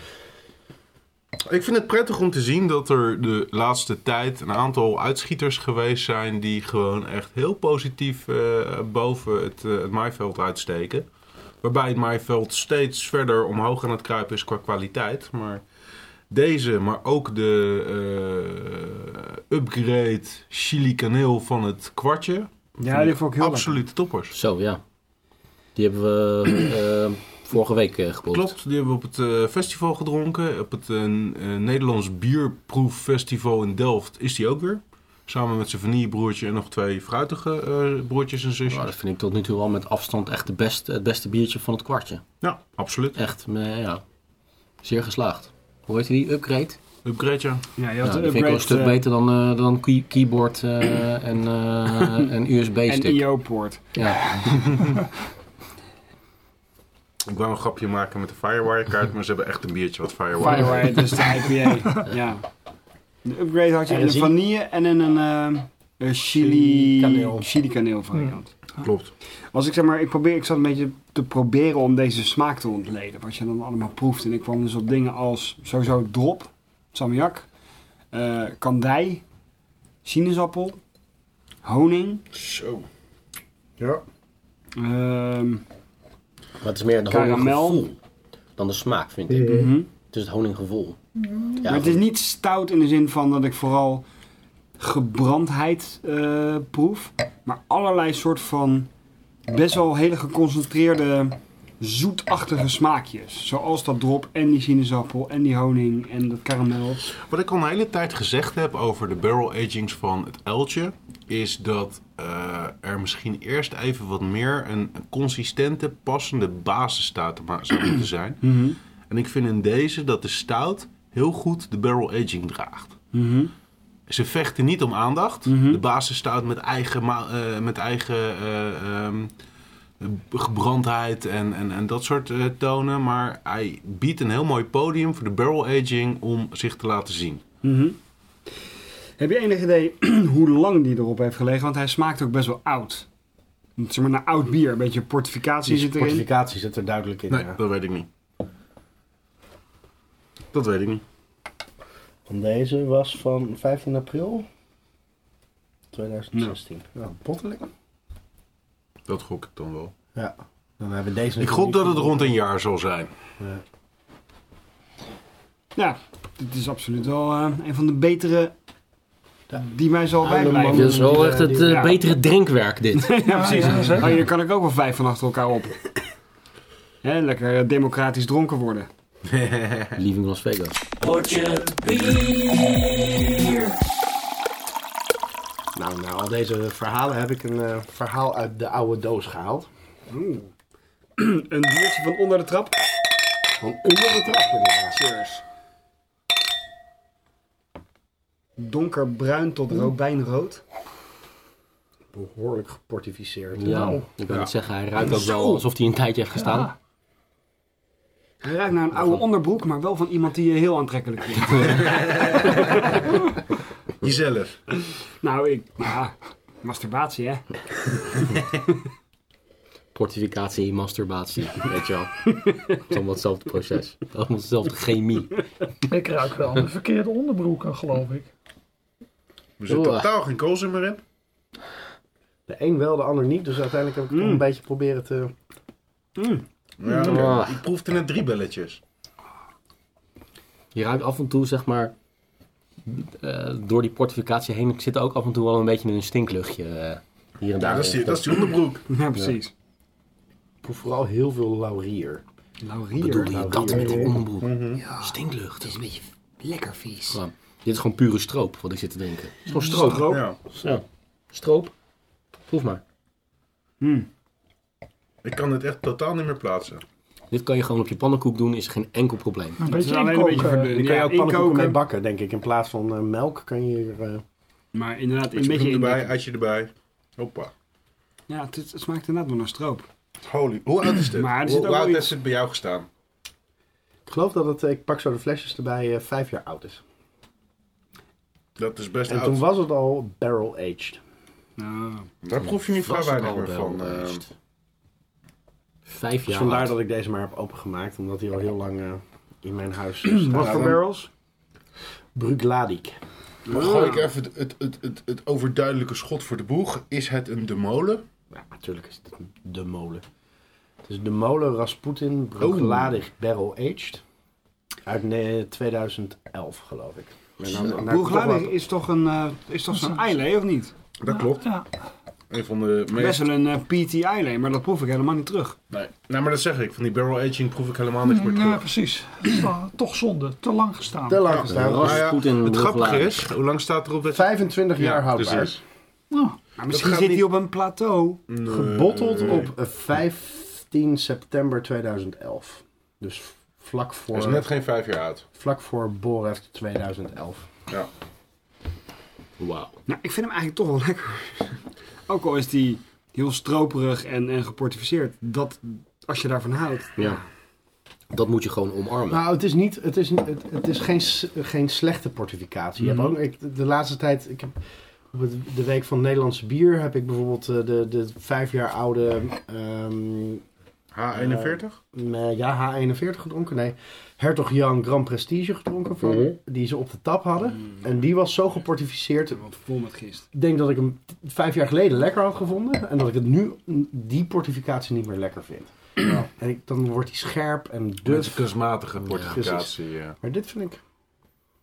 S2: Ik vind het prettig om te zien dat er de laatste tijd een aantal uitschieters geweest zijn die gewoon echt heel positief eh, boven het, eh, het maaiveld uitsteken. Waarbij het maaiveld steeds verder omhoog aan het kruipen is qua kwaliteit. Maar deze, maar ook de eh, upgrade chili kaneel van het kwartje.
S4: Ja, die vond ik heel
S2: Absolute toppers.
S1: Zo, ja. Die hebben we eh, vorige week eh geproefd.
S2: Klopt, die hebben we op het eh, festival gedronken. Op het eh, n- eh, Nederlands Bierproeffestival in Delft is die ook weer. Samen met zijn vanillebroertje en nog twee fruitige eh, broertjes en zusjes.
S1: Nou, dat vind ik tot nu toe wel met afstand echt de beste, het beste biertje van het kwartje.
S2: Ja, absoluut.
S1: Echt, eh, ja. Zeer geslaagd. Hoe heet die? Upgrade?
S2: Upgrade, ja.
S4: Ja, je
S1: Ja,
S4: had
S1: die
S4: de
S1: vind ik wel een stuk
S4: upgrade
S1: beter dan, eh, dan key- keyboard eh, en, eh, en
S4: eh, en
S1: USB-stick.
S4: IO-poort.
S1: Ja.
S2: Ik wou een grapje maken met de Firewire kaart, maar ze hebben echt een biertje wat Firewire
S4: Firewire, dus de IPA. ja. De upgrade had je
S3: En
S4: in een
S3: zie-
S4: vanille en in een eh, een chili,
S3: Kaneel.
S4: chili kaneel variant.
S2: Klopt.
S4: Als ik zeg maar, ik, probeer, ik zat een beetje te proberen om deze smaak te ontleden. Wat je dan allemaal proeft. En ik kwam dus op dingen als sowieso drop, salmiak, eh kandij, sinaasappel, honing.
S2: Zo.
S3: ja.
S4: ehm,
S1: Maar het is meer het
S4: Karamel.
S1: honinggevoel dan de smaak, vind ik.
S4: mhm.
S1: Het is het honinggevoel. Ja,
S4: maar het is niet stout in de zin van dat ik vooral gebrandheid eh, proef. Maar allerlei soort van best wel hele geconcentreerde zoetachtige smaakjes. Zoals dat drop en die sinaasappel en die honing en dat karamel.
S2: Wat ik al een hele tijd gezegd heb over de barrel agings van het uiltje, is dat eh, er misschien eerst even wat meer een consistente, passende basis staat te ma- zou moeten zijn.
S4: Mhm.
S2: En ik vind in deze dat de stout heel goed de barrel aging draagt.
S4: Mhm.
S2: Ze vechten niet om aandacht. De basis stout met eigen, ma- eh, met eigen eh, ehm, gebrandheid en, en, en dat soort eh, tonen. Maar hij biedt een heel mooi podium voor de barrel aging om zich te laten zien.
S4: Mhm. Heb je enig idee hoe lang die erop heeft gelegen? Want hij smaakt ook best wel oud. Zeg maar naar oud bier, een beetje portificatie
S7: Die
S4: zit erin.
S7: fortificatie zit er duidelijk in.
S2: Nee,
S7: ja.
S2: dat weet ik niet. Dat weet ik niet.
S7: Want deze was van 15 april 2016.
S3: Ja, botteling.
S2: Dat gok ik dan wel.
S7: Ja. Dan hebben we deze
S2: Ik gok dat het rond een jaar zal zijn.
S4: Ja, dit is absoluut wel eh, een van de betere die mij zal
S3: Oude
S4: bijblijven.
S3: man.
S1: Dit is wel echt het eh,
S4: Ja.
S1: betere drinkwerk, dit.
S3: dus.
S4: Ja, precies.
S5: Ja, zeker.
S4: oh, hier kan ik ook wel vijf van achter elkaar op. Hè, lekker eh, democratisch dronken worden.
S1: Leaving Las Vegas.
S3: Nou, nou, al deze verhalen heb ik een eh, verhaal uit de oude doos gehaald.
S4: Een biertje van onder de trap.
S3: Van onder de trap inderdaad.
S4: Cheers. Donkerbruin tot robijnrood.
S3: Behoorlijk geportificeerd.
S1: Ja, ik wil het zeggen, hij ruikt ook wel alsof hij een tijdje heeft gestaan.
S4: Hij ruikt naar een oude onderbroek, maar wel van iemand die je heel aantrekkelijk vindt.
S2: Jezelf.
S4: nou, ik... Ja, masturbatie, hè?
S1: Portificatie, masturbatie, weet je wel. Het is allemaal hetzelfde proces. Allemaal dezelfde chemie.
S5: Ik ruik wel de verkeerde onderbroeken, geloof ik.
S2: Er zit
S1: Oeh.
S2: totaal geen koolzuur meer in.
S3: De een wel, de ander niet. Dus uiteindelijk heb ik het
S2: Mm.
S3: toch een beetje proberen te...
S2: Ja,
S1: Ah.
S2: Ik proefde net drie belletjes.
S1: Je ruikt af en toe, zeg maar, eh, door die portificatie heen zit ook af en toe wel een beetje een stinkluchtje eh, hier en daar.
S2: Ja, dat is die, dat is die onderbroek.
S4: Ja, precies.
S3: Ik proef vooral heel veel laurier.
S4: Laurier.
S1: Bedoel je dat
S3: hier,
S1: met een
S3: hier.
S1: onderbroek? Stinklucht. Dat is een beetje lekker vies. dit is gewoon pure stroop wat ik zit te drinken.
S3: Het is gewoon stroop.
S4: Stroop.
S2: Ja.
S1: Zo, stroop. Proef maar.
S2: Ik kan het echt totaal niet meer plaatsen.
S1: Dit kan je gewoon op je pannenkoek doen, is geen enkel probleem.
S5: Een
S4: Het is
S5: beetje
S4: alleen een beetje
S5: inkoken.
S4: verdund.
S3: Die kan je
S4: Ja,
S3: ook pannenkoeken mee
S4: inkoken.
S3: bakken, denk ik. In plaats van eh, melk kan je hier... eh,
S4: Maar inderdaad, een
S2: Met
S4: beetje
S2: je erbij,
S4: in.
S2: uitje erbij. Hoppa.
S4: Ja, het, het smaakt inderdaad wel naar stroop.
S2: Holy, hoe oud is dit?
S4: Maar er
S2: hoe
S4: zit ook
S2: hoe oud
S4: wel
S2: is het bij jou gestaan?
S3: ik geloof dat het, eh, ik pak zo de flesjes erbij, eh, vijf jaar oud is.
S2: Dat is best
S3: En
S2: oud.
S3: toen was het al barrel aged.
S4: Nou,
S2: Daar proef je nu vrij
S1: Was het
S2: weinig
S1: al
S2: meer
S1: wel
S2: van. eh.
S1: geweest? Vijf
S3: Dus
S1: jaar
S3: vandaar
S1: oud.
S3: dat ik deze maar heb opengemaakt, omdat die al heel lang eh, in mijn huis staat.
S4: Wat
S2: Ja,
S4: voor
S2: dan-
S4: barrels?
S3: Brugladic.
S2: Dan gooi ik even het, het, het, het, het overduidelijke schot voor de boeg. Is het een de molen?
S3: Ja, natuurlijk is het de molen. Het is de molen Rasputin Brugladic Barrel Aged. Uit ne- 2011, geloof ik. En dan- dan- dan-
S4: Boerglader is toch een eh, is toch zo'n eiland of niet?
S2: Dat klopt.
S5: Ja,
S2: Een van de
S4: Best
S2: meest...
S4: wel een eh, PT eiland, maar dat proef ik helemaal niet terug.
S2: Nee. nou, maar dat zeg ik. Van die barrel aging proef ik helemaal niks meer
S5: Mm, ja,
S2: terug.
S5: precies. Het is wel- Toch zonde, te lang gestaan.
S3: Te lang gestaan.
S2: Nou ja,
S1: Rasputin
S2: het grappige
S1: Roegelaar.
S2: is, hoe lang staat er op dat...
S3: 25 jaar
S2: Ja,
S3: houdbaar.
S2: precies.
S5: Nou,
S4: Maar misschien
S2: gaat
S4: zit
S2: niet-
S4: hij op een plateau.
S3: Eh, Gebotteld op eh, 15 september 2011. Dus vlak
S2: Hij
S3: voor,
S2: is net geen vijf jaar oud.
S3: vlak voor Boref 2011.
S2: Ja.
S1: Wauw.
S4: Nou, ik vind hem eigenlijk toch wel lekker. Ook al is die heel stroperig en, en geportificeerd. Dat, als je daarvan houdt.
S1: Ja. Dat moet je gewoon omarmen.
S3: Nou, het is, niet, het is, niet- het, het is geen, s- geen slechte portificatie. Je hebt ook, ik, de laatste tijd, ik heb op het- de week van het Nederlandse bier, heb ik bijvoorbeeld eh, de, de vijf jaar oude ehm,
S2: H41?
S3: eh, ja, H41 gedronken. Nee, Hertog Jan Grand Prestige gedronken, van, die ze op de tap hadden. En die was zo geportificeerd.
S4: Wat vol met gist.
S3: Ik denk dat ik hem t- vijf jaar geleden lekker had gevonden en dat ik het nu, mm, die portificatie, niet meer lekker vind. En ik, dan wordt hij scherp en
S2: Dus
S3: duf.
S2: kunstmatige portificatie. Ja.
S3: Maar dit vind ik.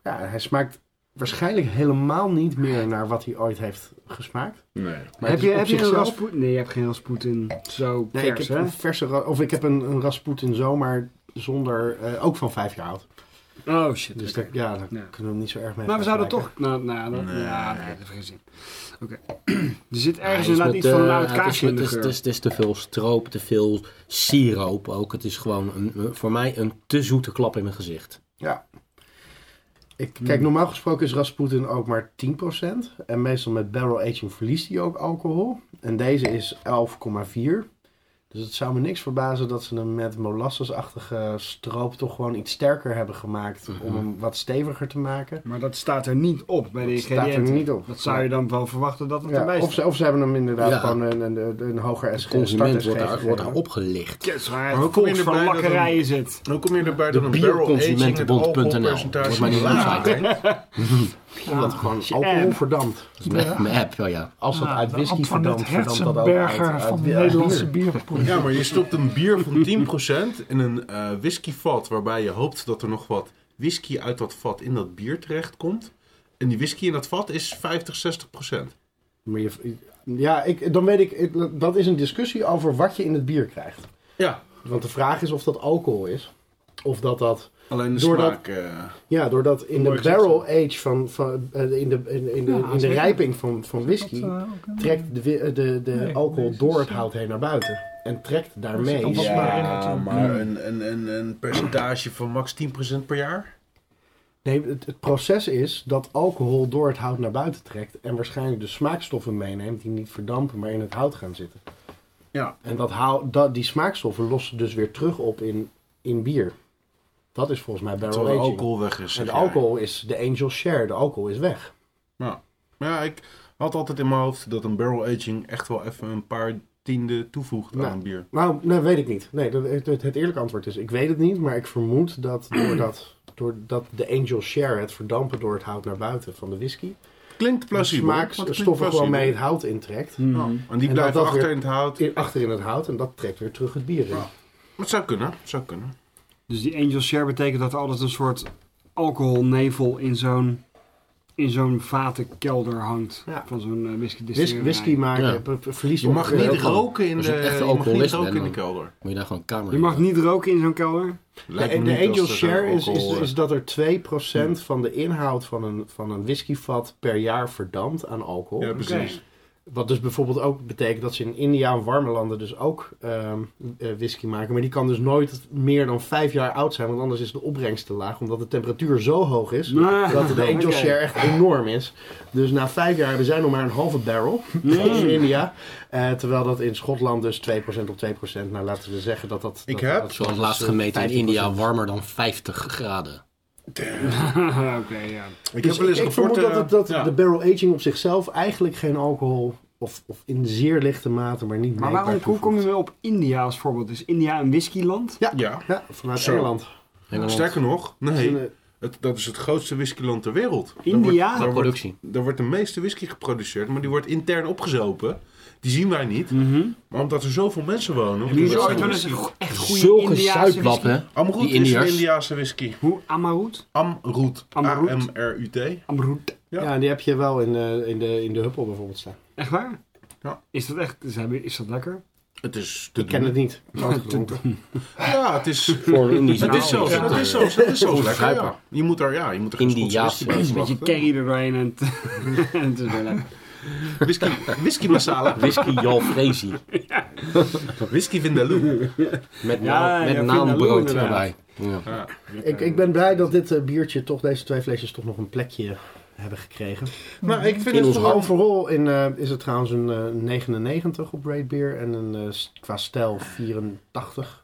S3: Ja, hij smaakt waarschijnlijk helemaal niet meer naar wat hij ooit heeft gesmaakt.
S2: Nee.
S3: Maar
S4: heb
S3: het is
S4: je,
S3: op
S4: heb je een
S3: zichzelf-
S4: Rasputin? Nee, je hebt geen Rasputin. Zo
S3: Nee,
S4: vers,
S3: ik heb
S4: hè?
S3: een verse, ra- of ik heb een, een Rasputin zomaar zonder, eh, ook van vijf jaar oud.
S4: Oh shit.
S3: Dus
S4: Dus
S3: dat, ja, daar
S4: Ja.
S3: kunnen we hem niet zo erg mee
S4: maar we zouden
S3: vergelijken.
S4: toch... Nou, nou, dat, Ja, nee, dat heeft geen zin. Oké. er zit
S1: Ja, het
S4: ergens
S1: is
S4: inderdaad
S1: met,
S4: iets van een
S1: eh,
S4: oud
S1: het is
S4: kaasje in
S1: met-
S4: de
S1: het is-
S4: geur.
S1: Het is, het is te veel stroop, te veel siroop ook. Het is gewoon een, eh, voor mij een te zoete klap in mijn gezicht.
S3: Ik, kijk, normaal gesproken is Rasputin ook maar 10%. En meestal met barrel aging verliest hij ook alcohol. En deze is 11,4. Dus het zou me niks verbazen dat ze hem met molassesachtige stroop toch gewoon iets sterker hebben gemaakt. Om hem wat steviger te maken.
S4: Maar dat staat er niet op bij de
S3: Dat staat
S4: ingrediënten.
S3: er niet op.
S4: Dat zou je dan wel verwachten dat het
S3: Ja,
S4: erbij
S3: of,
S4: staat.
S3: ze, of ze hebben hem inderdaad
S1: Ja.
S3: gewoon een, een, een, een hoger
S1: De
S3: SG
S1: consument
S3: start-SG
S1: wordt daar, wordt daar
S3: gegeven.
S1: opgelicht.
S4: Yes, waar
S2: Maar
S4: het
S2: hoe kom je
S4: volks
S2: erbij
S4: van
S2: dat een-
S4: lakkerijen zit.
S2: Hoe kom je erbij
S1: De
S2: dat een barrel aging het
S1: bierconsumentenbond.nl.
S2: alcoholpercentage
S1: Wordt mij niet
S2: laag
S1: website.
S2: brengt?
S3: Omdat gewoon
S4: je
S3: alcohol
S4: app.
S3: verdampt.
S1: Dat is mijn, mijn app, ja, ja.
S3: Als dat
S5: Ja,
S3: uit
S5: de
S3: whisky
S5: Antoinette
S3: verdampt, verdampt dat ook uit,
S5: Herzenberger
S3: uit,
S5: van de
S3: uit
S5: Nederlandse
S3: bier.
S5: bierproef.
S2: Ja, maar je stopt een bier van 10% in een eh whiskyvat waarbij je hoopt dat er nog wat whisky uit dat vat in dat bier terechtkomt. En die whisky in dat vat is 50, 60%.
S3: Maar je- ja, ik, dan weet ik, ik- dat is een discussie over wat je in het bier krijgt.
S2: Ja,
S3: Want de vraag is of dat alcohol is. Of dat dat,
S2: alleen de
S3: Door dat-
S2: smaak. eh,
S3: ja, doordat in de
S2: Mooi gezegd,
S3: barrel age van, van eh, in, de, in, in de,
S5: Ja,
S3: in de
S5: zeker. eh,
S3: rijping van, van whisky, trekt de, wi- eh, de, de
S5: Nee,
S3: alcohol
S5: nee,
S3: door
S5: is-
S3: het hout heen naar buiten. En trekt
S5: Er
S3: daarmee.
S5: zit al wat meer in natuurlijk.
S2: maar een, een, een, een percentage van max 10% per jaar?
S3: Nee, het, het proces is dat alcohol door het hout naar buiten trekt. En waarschijnlijk de smaakstoffen meeneemt die niet verdampen, maar in het hout gaan zitten.
S2: Ja.
S3: En dat hout, dat, die smaakstoffen lossen dus weer terug op in, in bier. Dat is volgens mij barrel
S2: Terwijl de
S3: aging.
S2: alcohol weg is.
S3: En
S2: zeg
S3: de
S2: jij.
S3: alcohol is de angel share, de alcohol is weg.
S2: Ja. Maar ja, ik had altijd in mijn hoofd dat een barrel aging echt wel even een paar tienden toevoegt
S3: Nou.
S2: aan een bier.
S3: Nou, nee, weet ik niet. Nee, dat, het, het eerlijke antwoord is, ik weet het niet, maar ik vermoed dat doordat, doordat de angel share, het verdampen door het hout naar buiten van de whisky,
S2: Klinkt plausibel. want het klinkt
S3: smaakstoffen gewoon
S2: plausibel.
S3: mee het hout intrekt.
S1: Hmm.
S2: En die
S3: En
S2: blijft
S3: dat dat
S2: achter
S3: weer-
S2: in het hout.
S3: In, achter in het hout en dat trekt weer terug het bier in.
S2: Ja. Maar Het zou kunnen, het zou kunnen.
S4: Dus die angel share betekent dat er altijd een soort alcoholnevel in zo'n in zo'n vatenkelder hangt.
S3: Ja.
S4: Van zo'n eh, whisky
S3: Whis-
S4: distillerij.
S3: whisky maken,
S1: Ja.
S3: p- p- verliest
S2: Je mag niet
S3: ongeveer-
S2: roken in
S1: Als je
S2: de,
S1: een echte
S2: je mag niet
S1: alcoholist
S2: roken in
S1: bent,
S2: de
S1: dan-
S2: kelder.
S1: Moet je daar gewoon kamer
S4: Je mag
S1: in.
S4: niet roken in zo'n kelder.
S2: Lijkt
S3: de
S2: me
S3: de
S2: niet
S3: angel
S2: als er
S3: share is, is,
S2: alcohol- eh, Hmm.
S3: is dat er 2% van de inhoud van een, van een whiskyvat per jaar verdampt aan alcohol.
S2: Ja, precies.
S3: Wat dus bijvoorbeeld ook betekent dat ze in India en warme landen dus ook ehm, eh, whisky maken. Maar die kan dus nooit meer dan vijf jaar oud zijn, want anders is de opbrengst te laag. Omdat de temperatuur zo hoog is,
S2: Nou,
S4: Ah,
S3: dat de angel
S4: oké.
S3: share echt enorm is. Dus na vijf jaar hebben zij nog maar een halve barrel
S2: Hmm.
S3: in India. Eh, terwijl dat in Schotland dus 2% op 2%, nou laten we zeggen dat dat...
S2: Ik
S3: dat-
S2: heb-
S3: dat-
S1: Zoals
S3: dat
S1: laatst
S3: is,
S1: gemeten in
S3: 50%.
S1: India, warmer dan 50 graden.
S4: Oké, ja.
S2: Ik heb
S3: Dus
S2: wel eens
S3: ik, ik vermoed
S2: gehoord,
S3: dat,
S2: eh,
S3: het- dat
S2: ja.
S3: de barrel aging op zichzelf eigenlijk geen alcohol, of, of in zeer lichte mate, maar niet
S4: Maar
S3: merkbaar
S4: waarom, hoe kom
S3: toevoegt.
S4: je weer op India als voorbeeld? Is India een whiskyland?
S2: Ja,
S3: Ja, vanuit
S2: Zo.
S3: Engeland.
S1: Engeland.
S2: sterker nog,
S3: Dus,
S2: nee,
S3: eh,
S2: het, dat is het grootste whiskyland ter wereld. Daar
S4: India?
S2: wordt- Daar wordt,
S1: productie.
S2: daar wordt de meeste whisky geproduceerd, maar die wordt intern opgezopen. Die zien wij niet, maar omdat er zoveel mensen wonen...
S4: Hebben jullie
S2: omdat
S4: ooit
S2: ze-
S4: wel eens een go- echt goede
S1: Zulke
S4: Indiaanse
S1: zuiplap, hè?
S4: whisky?
S2: Amroet
S1: Die
S2: is een
S1: Indiërs.
S2: Indiaanse whisky.
S4: Hoe? Amarut?
S2: Amroet.
S4: Amroet.
S2: A-M-R-U-T.
S4: Amarut.
S2: Ja.
S3: Ja, en die heb je wel in de, in de, in de huppel bijvoorbeeld staan.
S4: Echt waar?
S2: Ja.
S4: Is dat echt, is, is dat lekker?
S2: Het is te
S3: Ik ken het niet. Nooit gedronken.
S2: Ja, het is...
S1: Voor een Indisch
S2: Het
S1: nou,
S2: is zelfs,
S1: ja.
S2: het is zelfs, het is zelfs lekker,
S1: Onbegrijpelijk.
S2: ja. Je moet er, ja, je moet er
S1: Indiaas
S2: Indiaanse
S1: whisky.
S4: Een beetje curry erdoorheen en, het- en het is weer lekker.
S2: Whisky, whisky masala.
S1: Whisky Jalfrezi.
S2: Whisky Vindaloo.
S1: Met, naam-
S4: Ja, ja,
S1: met
S4: Vindaloo
S1: naambrood
S4: inderdaad.
S1: erbij. Ja.
S3: Ik, ik ben blij dat dit eh, biertje, toch deze twee flesjes, toch nog een plekje hebben gekregen.
S2: Maar ik vind
S1: In
S2: het
S1: ons
S2: vooral...
S3: Overal in, eh, is het trouwens een eh, 99 op Rate Beer en een eh, s- qua stijl 84.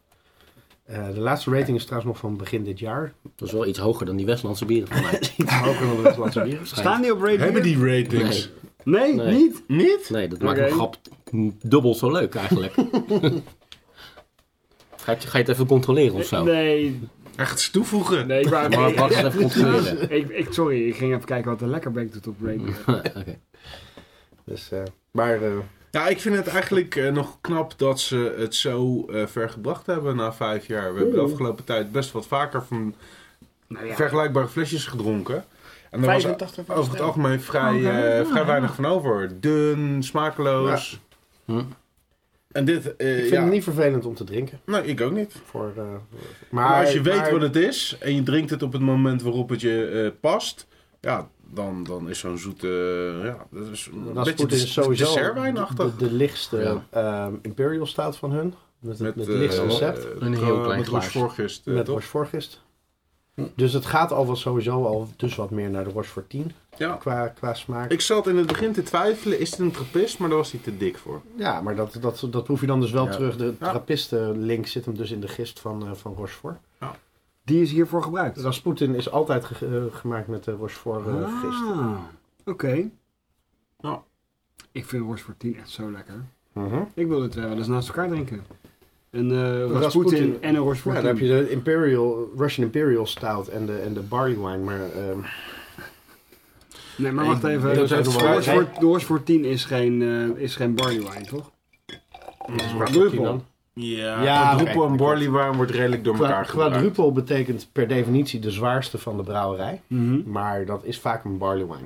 S3: Eh, de laatste rating is trouwens nog van begin dit jaar.
S1: Dat is wel iets hoger dan die Westlandse bieren van mij.
S3: Iets hoger dan de Westlandse bier.
S4: Staan die op Ray
S2: Hebben
S4: Beer?
S2: die ratings?
S4: Nee,
S1: Nee.
S4: niet?
S2: Niet?
S1: Nee, dat maakt
S4: Oké.
S1: een grap dubbel zo leuk eigenlijk. ga, je, ga je het even controleren of zo?
S4: Nee,
S2: Echt toevoegen.
S4: nee, ik wou
S1: Maar wacht eens even controleren.
S4: Ik, ik, sorry, ik ging even kijken wat de lekkerbeek doet op Ray Beer.
S1: Oké.
S3: Dus, eh, maar eh,
S2: Ja, ik vind het eigenlijk eh, nog knap dat ze het zo eh, ver gebracht hebben na vijf jaar. We hebben de afgelopen tijd best wat vaker van
S4: Nou ja,
S2: vergelijkbare flesjes gedronken. En er was
S4: 85 was
S2: over het
S4: het, ja.
S2: algemeen vrij, eh, vrij weinig van over. Dun, smakeloos.
S1: Hm.
S2: En dit, eh,
S3: Ik vind
S2: ja.
S3: het niet vervelend om te drinken.
S2: Nou, ik ook niet.
S3: Voor, eh,
S2: Maar, als je weet
S3: maar-
S2: wat het is en je drinkt het op het moment waarop het je eh, past, ja, dan, dan is zo'n zoete, eh, ja, dat is een
S3: Dat
S2: beetje
S3: spoed
S2: des-
S3: is sowieso
S2: dessertwijnachtig.
S3: de, de lichtste ehm, Imperial staat van hun. Met, het- met het
S2: eh,
S3: lichtste
S2: eh,
S3: recept.
S1: Een heel
S2: eh,
S1: klein
S2: Met
S1: glaasje.
S2: rochevorkist, eh,
S3: met
S2: toch?
S3: Roche Vorgist. Dus het gaat al wel sowieso al dus wat meer naar de Roche voor 10
S2: Ja.
S3: qua, qua smaak.
S2: Ik zat in het begin te twijfelen, is dit een trappist? Maar daar was hij te dik voor.
S3: Ja, maar dat, dat, dat proef je dan dus wel
S1: Ja.
S3: terug. De
S2: Ja.
S3: trappisten-link zit hem dus in de gist van, eh, van Rochefort.
S4: Die is hiervoor gebruikt.
S3: Rasputin is altijd ge- eh, gemaakt met de Rochefort-gist.
S4: Ah, oké.
S2: Ja.
S4: Ik vind worst voor 10 echt zo lekker. Ik wil het eh, wel eens naast elkaar drinken. Een eh Rasputin
S3: Rasputin.
S4: en een worst voor
S3: Ja,
S4: 10.
S3: dan heb je de Imperial, Russian Imperial Stout en de, en de barley wine. Maar ehm,
S4: Nee, maar wacht even.
S3: dat is
S4: De
S3: ook nog wel
S4: worst
S3: lekker.
S4: voor- de worst voor 10 is geen, eh, is geen barley wine, toch?
S3: dat is
S4: Druppel.
S3: Rochefort dan.
S2: Ja,
S3: Ja,
S2: quadruple
S3: Ah, oké,
S2: en barley wine wordt redelijk door
S3: Qua-
S2: elkaar gebruikt.
S3: Quadruple betekent per definitie de zwaarste van de brouwerij. Maar dat is vaak een barley wine.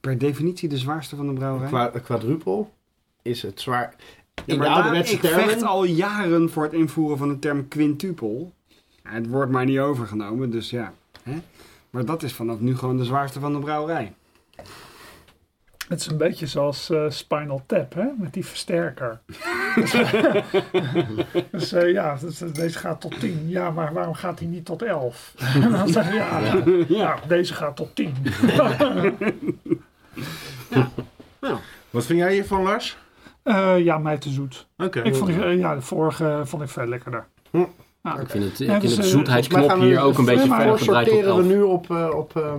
S4: Per definitie de zwaarste van de brouwerij.
S3: Qua, quadrupel is het zwaar.
S4: Ja,
S3: In
S4: maar
S3: de
S4: daar-
S3: ouderwetse
S4: ik vecht
S3: termen.
S4: al jaren voor het invoeren van de term quintupel. Ja, het wordt maar niet overgenomen, dus ja. Hè? Maar dat is vanaf nu gewoon de zwaarste van de brouwerij.
S5: Het is een beetje zoals eh, Spinal Tap, hè? Met die versterker. dus eh, ja, dus, eh, deze gaat tot 10. Ja, maar waarom gaat hij niet tot 11? Dan zeg je, ja, ja. deze gaat tot 10.
S2: Wat vind jij hiervan, Lars?
S5: Eh, ja, mij te zoet.
S2: Oké.
S5: Ik vond, die- eh, ja, de vorige vond ik veel lekkerder.
S1: Ik vind het, ik
S5: Ja,
S1: vind
S5: dus,
S1: het
S5: eh,
S1: zoetheidsknop hier ook een beetje
S5: maar
S1: verder gedraaid op
S3: sorteren we
S1: elf.
S3: nu op, eh, op, eh,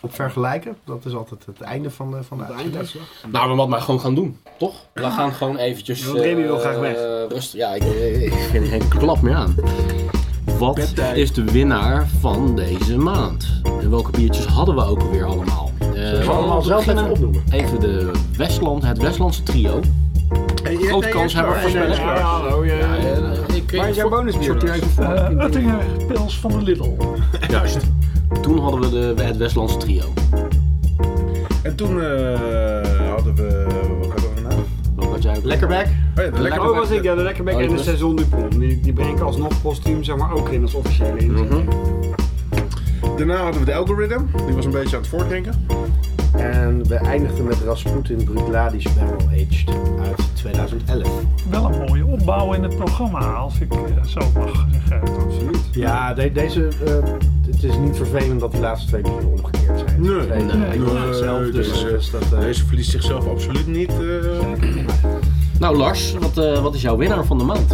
S3: op vergelijken. Dat is altijd het einde van de, van de uitzending.
S1: Nou, we moeten maar gewoon gaan doen, toch? We gaan gewoon eventjes...
S4: Want Remy wil
S1: eh,
S4: graag weg.
S1: eh, Rust, ja, ik, ik vind geen klap meer aan. Wat is de winnaar van deze maand? En welke biertjes hadden we ook alweer allemaal? Eh,
S3: we
S1: we
S3: allemaal zelf
S1: beginnen
S3: even opnoemen?
S1: Even de Westland, het Westlandse trio. Grote kans hebben we voor Spencer.
S4: hallo. je-
S1: Ja, eh, ik-
S4: Waar is jouw
S1: ik-
S4: bonusbier?
S1: sorteer even voor.
S5: Eh Uttingen Pils van de Lidl.
S1: Juist. Toen hadden we de, het Westlandse trio.
S2: En toen eh, hadden we... Wat hadden we nou?
S1: Wat had jij ook?
S3: Lekkerback.
S2: Oh ja, de lekker...
S4: Oh, was ik, ja, de Lekkerbeck
S1: Oh,
S4: en de
S1: dus-
S4: Saison Dupont. Die, die breng ik alsnog postuum zeg maar, ook in als officiële inzet.
S2: Daarna hadden we de algorithm. Die was een beetje aan het voortdenken.
S3: En we eindigden met Rasputin Brugladisch Barrel Aged uit 2011.
S5: Wel een mooie opbouw in het programma, als ik eh, zo mag zeggen.
S4: Absoluut.
S3: Ja, de- deze, eh, het is niet vervelend dat die laatste twee bieren omgekeerd zijn.
S2: Nee,
S3: De tweede
S1: nee,
S3: lijkt wel
S2: nee,
S3: hetzelfde, dus,
S2: deze-
S3: dus dat, eh,
S2: Deze verliest zichzelf absoluut niet. eh.
S1: Nou Lars, wat, eh, wat is jouw winnaar van de maand?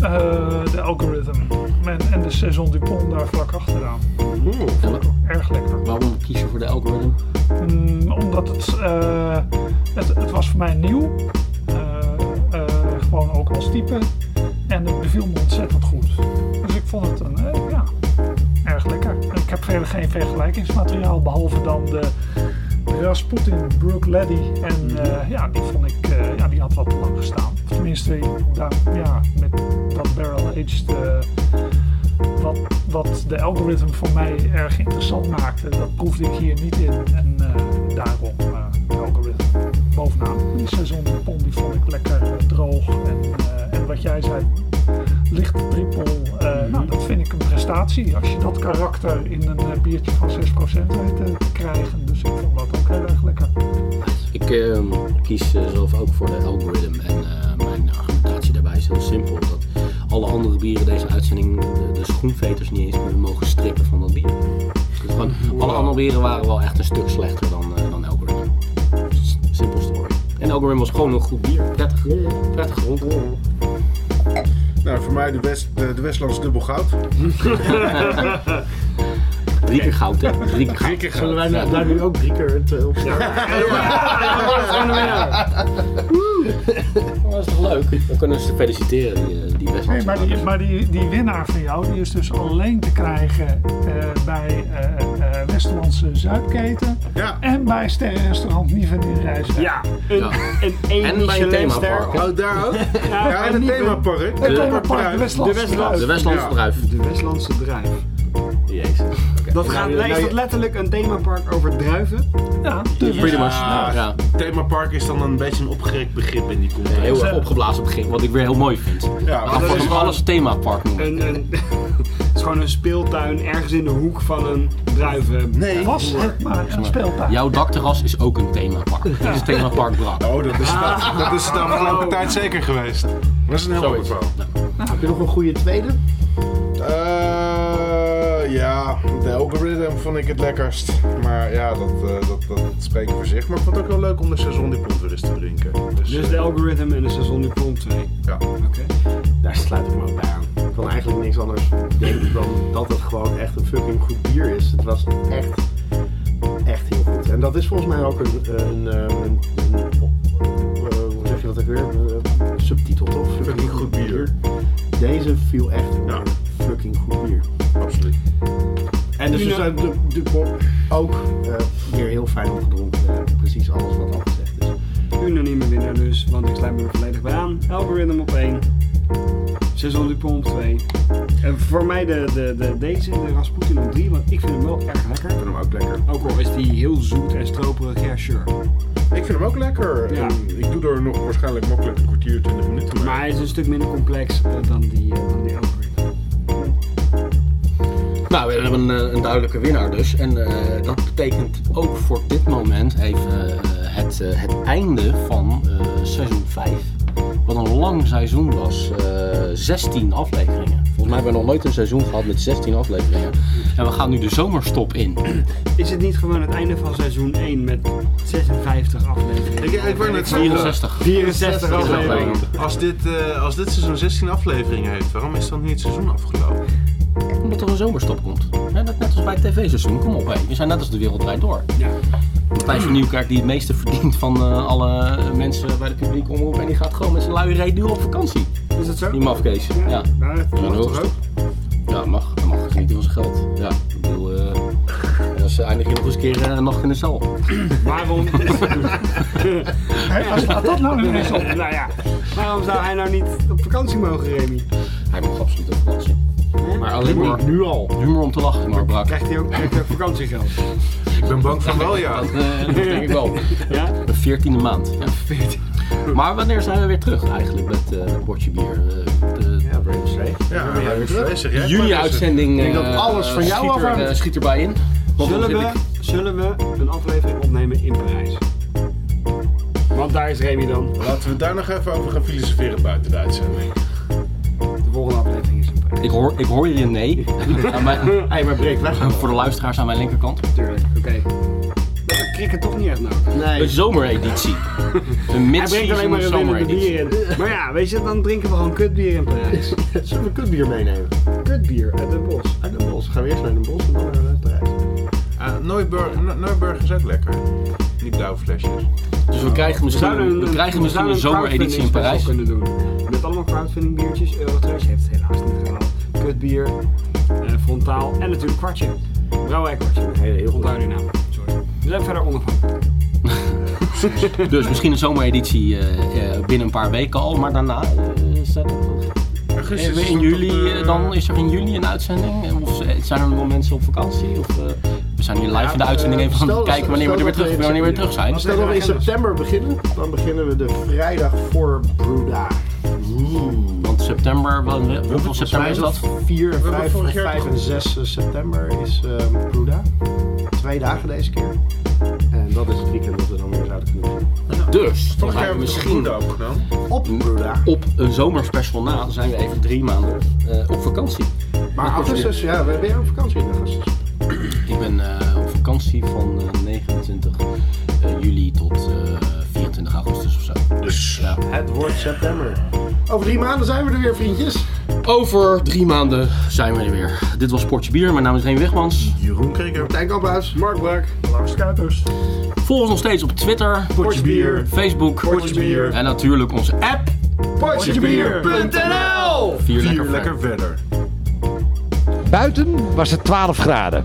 S5: Eh, de algorithm en, en de Saison Dupont daar vlak achteraan.
S1: En wa-
S5: Erg lekker.
S1: waarom kies je voor de algoritme?
S5: Mm, omdat het, eh, het, het was voor mij nieuw. Eh, eh, gewoon ook als type. En het beviel me ontzettend goed. Dus ik vond het een, eh, ja, erg lekker. En ik heb verder geen vergelijkingsmateriaal behalve dan de Rasputin, Brooke Leddy. En eh, ja, die vond ik, eh, ja, die had wat te lang gestaan. Of tenminste, daar, ja, met dat barrel-aged... eh, wat, wat de algoritme voor mij erg interessant maakte, dat proefde ik hier niet in. En eh, daarom eh de algoritme bovenaan. Die seizoen pond die vond ik lekker eh, droog. En, eh, en wat jij zei, lichte trippel, eh, nou, dat vind ik een prestatie. Als je dat karakter in een eh, biertje van 6% weet eh, te krijgen. Dus ik vond dat ook heel erg lekker.
S1: Ik eh, kies eh, zelf ook voor de algoritme en eh, mijn argumentatie daarbij is heel simpel. Dat alle andere bieren deze uitzending de, de schoenveters niet eens meer mogen strippen van dat bier. Dus gewoon, Alle andere bieren waren wel echt een stuk slechter dan, eh dan algoritme. Simpel story. En algoritme was gewoon een goed bier. Prettig, prettig rond.
S2: Nou, voor mij de, West, de, de Westlands dubbel goud.
S1: Drie keer goud, hè? Drie keer goud.
S3: Zullen wij
S1: Ja.
S3: nou- daar nu ook drie keer het eh, op
S1: Dat is toch leuk? Dan kunnen ze feliciteren, die, eh, die Westlandse
S5: maar die,
S1: dames.
S5: maar die, die winnaar van jou die is dus alleen te krijgen eh, bij eh eh Westlandse Zuidketen.
S2: Ja.
S5: En bij sterrenrestaurant Nieuwen in Rijswijk.
S4: Ja, een,
S1: Ja.
S4: een één
S1: En bij een
S4: Michelinster.
S1: themapark.
S2: Oh, daar ook?
S4: Ja,
S2: Ja,
S4: en
S2: en het
S4: niet-
S2: themapark.
S5: Het themapark, de
S2: Druif.
S5: Westlandse
S4: De Westlandse.
S1: De Westlandse
S2: Ja.
S1: bedrijf.
S4: De Westlandse druif.
S1: Jezus.
S2: Oké,
S4: Dat gaat,
S3: nou,
S4: is
S3: nou,
S4: dat letterlijk een themapark over druiven?
S5: Ja,
S1: Pretty much.
S2: Ah,
S1: Ja.
S2: Themapark is dan een beetje een opgerekt begrip in die context.
S1: Heel erg opgeblazen begin, wat ik weer heel mooi vind.
S4: Ja,
S1: Maar dat is alles themapark noemen.
S4: Een, een, het is gewoon een speeltuin ergens in de hoek van een eh, druiven.
S2: Nee.
S5: was het maar een speeltuin.
S1: Jouw dakterras is ook een themapark. Het is themapark Brak.
S2: Oh, dat is, dat, dat is het de afgelopen tijd zeker geweest. Dat is een heel
S1: Zoiets.
S2: mooi verhaal.
S3: Heb je nog een goede tweede?
S2: Eh, ja, de algoritme vond ik het lekkerst. Maar ja, dat, eh, dat, dat spreekt voor zich. Maar ik vond het ook wel leuk om de seizoen die weer eens te drinken. Dus,
S4: Dus de algoritme en de seizoen nu komt 2.
S2: ja.
S4: Oké.
S3: Daar sluit ik me ook bij aan. Ik kan eigenlijk niks anders denken dan dat het gewoon echt een fucking goed bier is. Het was echt, echt heel goed. En dat is volgens mij ook een, een, eh, een- eh, hoe zeg je dat ook weer? Eh, subtitel toch?
S2: Fucking goed bier.
S3: Deze viel echt onder
S2: Ja.
S3: fucking goed bier.
S2: Absoluut.
S3: En dus
S4: Jullie-
S3: zijn de, de pop ook eh, weer heel fijn opgedronken. Eh, precies alles wat al gezegd is.
S4: Unanieme winnaar dus, want ik sluit me er volledig bij aan. Algoritme op 1. Seizoen Dupont op 2. En voor mij de, de, de, deze, de Rasputin op 3, want ik vind hem wel erg lekker.
S2: Ik vind hem ook lekker.
S4: Ook al is die heel zoet en stroperig, ja sure.
S2: Ik vind hem ook lekker.
S4: Ja.
S2: En Ik doe er nog waarschijnlijk makkelijk een kwartier, 20 minuten
S4: Maar hij is een stuk minder complex eh, dan die, eh, dan die algoritme.
S1: Nou, we hebben een, eh, een duidelijke winnaar dus. En eh, dat betekent ook voor dit moment even eh, het, eh, het einde van eh, seizoen 5. Wat een lang seizoen was. Eh, 16 afleveringen. Volgens mij hebben we nog nooit een seizoen gehad met 16 afleveringen. En we gaan nu de zomerstop in.
S4: Is het niet gewoon het einde van seizoen 1 met 56 afleveringen?
S2: Ik, ik wou net zeggen, eh,
S1: 64.
S4: 64 afleveringen.
S2: als dit, eh, als dit seizoen 16 afleveringen heeft, waarom is dan niet het seizoen afgelopen?
S1: Omdat er een zomerstop komt. Ja, dat net als bij het tv-seizoen. Kom op, hé. we zijn net als de wereld draait door.
S4: Ja.
S1: Matthijs van Nieuwkerk die het meeste verdient van eh, alle mensen bij de publiek omroep. En die gaat gewoon met zijn luie reet nu op vakantie.
S4: Is dat zo?
S1: Die mafkees. Ja.
S4: Maar het
S1: Ja,
S4: mag
S1: dat
S4: toch
S1: hoeft.
S4: ook?
S1: Ja, mag. Hij mag genieten van zijn geld. Ja, ik bedoel, eh dan eindig je nog eens een keer eh, een nacht in de cel.
S4: Waarom?
S5: Hé, als laat dat nou nu eens op.
S4: nou ja, waarom zou hij nou niet op vakantie mogen, Remy?
S1: Hij mag absoluut op vakantie. Maar alleen maar
S3: Nu al.
S1: humor om te lachen, maar brak.
S4: Krijgt hij ook, krijgt hij ook vakantiegeld?
S2: Ik ben bang van wel, ja.
S1: Dat, eh, dat denk ik wel.
S4: Ja?
S1: De 14e maand. Ja. Maar wanneer zijn we weer terug eigenlijk met eh het bordje bier? Eh, de
S3: Ja, Brain Safe.
S2: Ja, ben jij weer bezig, hè?
S1: juni-uitzending.
S3: denk dat alles van jou
S1: schiet, er,
S3: afhangt.
S1: eh, schiet erbij in. Want
S4: Zullen
S1: dan zit
S4: we, zullen we een aflevering opnemen in Parijs? Want daar is Remy dan.
S2: Laten we daar nog even over gaan filosoferen buiten de uitzending.
S4: De volgende aflevering is in Parijs.
S1: Ik, ik, hoor, ik hoor je nee. Aan mijn-
S3: Hey, maar breek weg.
S1: voor de luisteraars aan mijn linkerkant.
S4: Tuurlijk, oké. Ik krik het toch niet echt nodig.
S1: Een zomereditie. Een
S4: Hij brengt
S1: mid-season
S4: alleen maar een winnende
S1: zomereditie.
S4: bier in. Maar ja, weet je, dan drinken we gewoon kutbier in Parijs.
S3: Zullen we kutbier meenemen?
S4: Kutbier uit het bos.
S3: Uit Den Bosch. Gaan we eerst naar Den Bosch en dan naar eh, Parijs.
S2: Eh, Neuburg is ook lekker. Die blauwe flesjes.
S1: Dus we krijgen misschien, we krijgen misschien een zomereditie in Parijs.
S4: kunnen doen. Met allemaal crowdfunding biertjes. Eurotrash heeft het helaas niet gehaald. Kutbier, eh, frontaal en natuurlijk kwartje. Brouwerij kwartje.
S3: Heel, heel goed.
S4: Onthoud die naam. Sorry. We zijn verder onafhankelijk.
S1: Dus misschien een zomereditie eh, eh, binnen een paar weken al. Maar daarna eh, is dat... Eh,
S2: Augustus is
S1: in
S2: het
S1: juli,
S2: op, eh,
S1: eh, dan is er in juli een uitzending? Of eh, zijn er nog wel mensen op vakantie? Of, eh, we zijn hier live in de
S3: eh,
S1: uitzending even aan
S3: stel-
S1: het kijken wanneer we er weer
S3: stel
S1: terug,
S3: dat we
S1: wanneer we weer terug zijn.
S3: Als we dan in september beginnen, dan beginnen we de vrijdag voor Bruda.
S1: Want september, wel- hoeveel september is dat?
S3: 4,
S2: hebben
S3: 5,
S2: vorig jaar
S3: 5
S2: toch-
S3: en 6 september is ehm Bruda. Twee dagen deze keer. En dat is het weekend dat we dan weer zouden kunnen doen.
S1: Dus, dan
S2: Vorig jaar
S1: gaan we
S2: hebben we toch
S1: misschien
S2: Groene opgenomen.
S3: Op Bruda.
S1: op een zomerspecial na, dan zijn we even drie maanden eh, op vakantie.
S3: Maar augustus, ja, we hebben op vakantie in augustus.
S1: Ik ben eh, op vakantie van eh, 29 eh, juli tot eh, 24 augustus of zo.
S2: Dus
S1: Ja.
S3: Het wordt september. Over drie maanden zijn we er weer, vriendjes.
S1: Over drie maanden zijn we er weer. Dit was Sportje Bier, mijn naam is Reen Wegmans.
S2: Jeroen Krikker.
S3: Tijn Kamphuis.
S4: Mark Brak.
S5: Lars Kuipers.
S1: Volg ons nog steeds op Twitter,
S2: Potje bier.
S1: Facebook
S2: Potje bier.
S1: en natuurlijk onze app.
S2: Potjebier.nl
S1: Vier
S2: Vier
S1: lekker,
S2: lekker verder.
S8: Buiten was het 12 graden.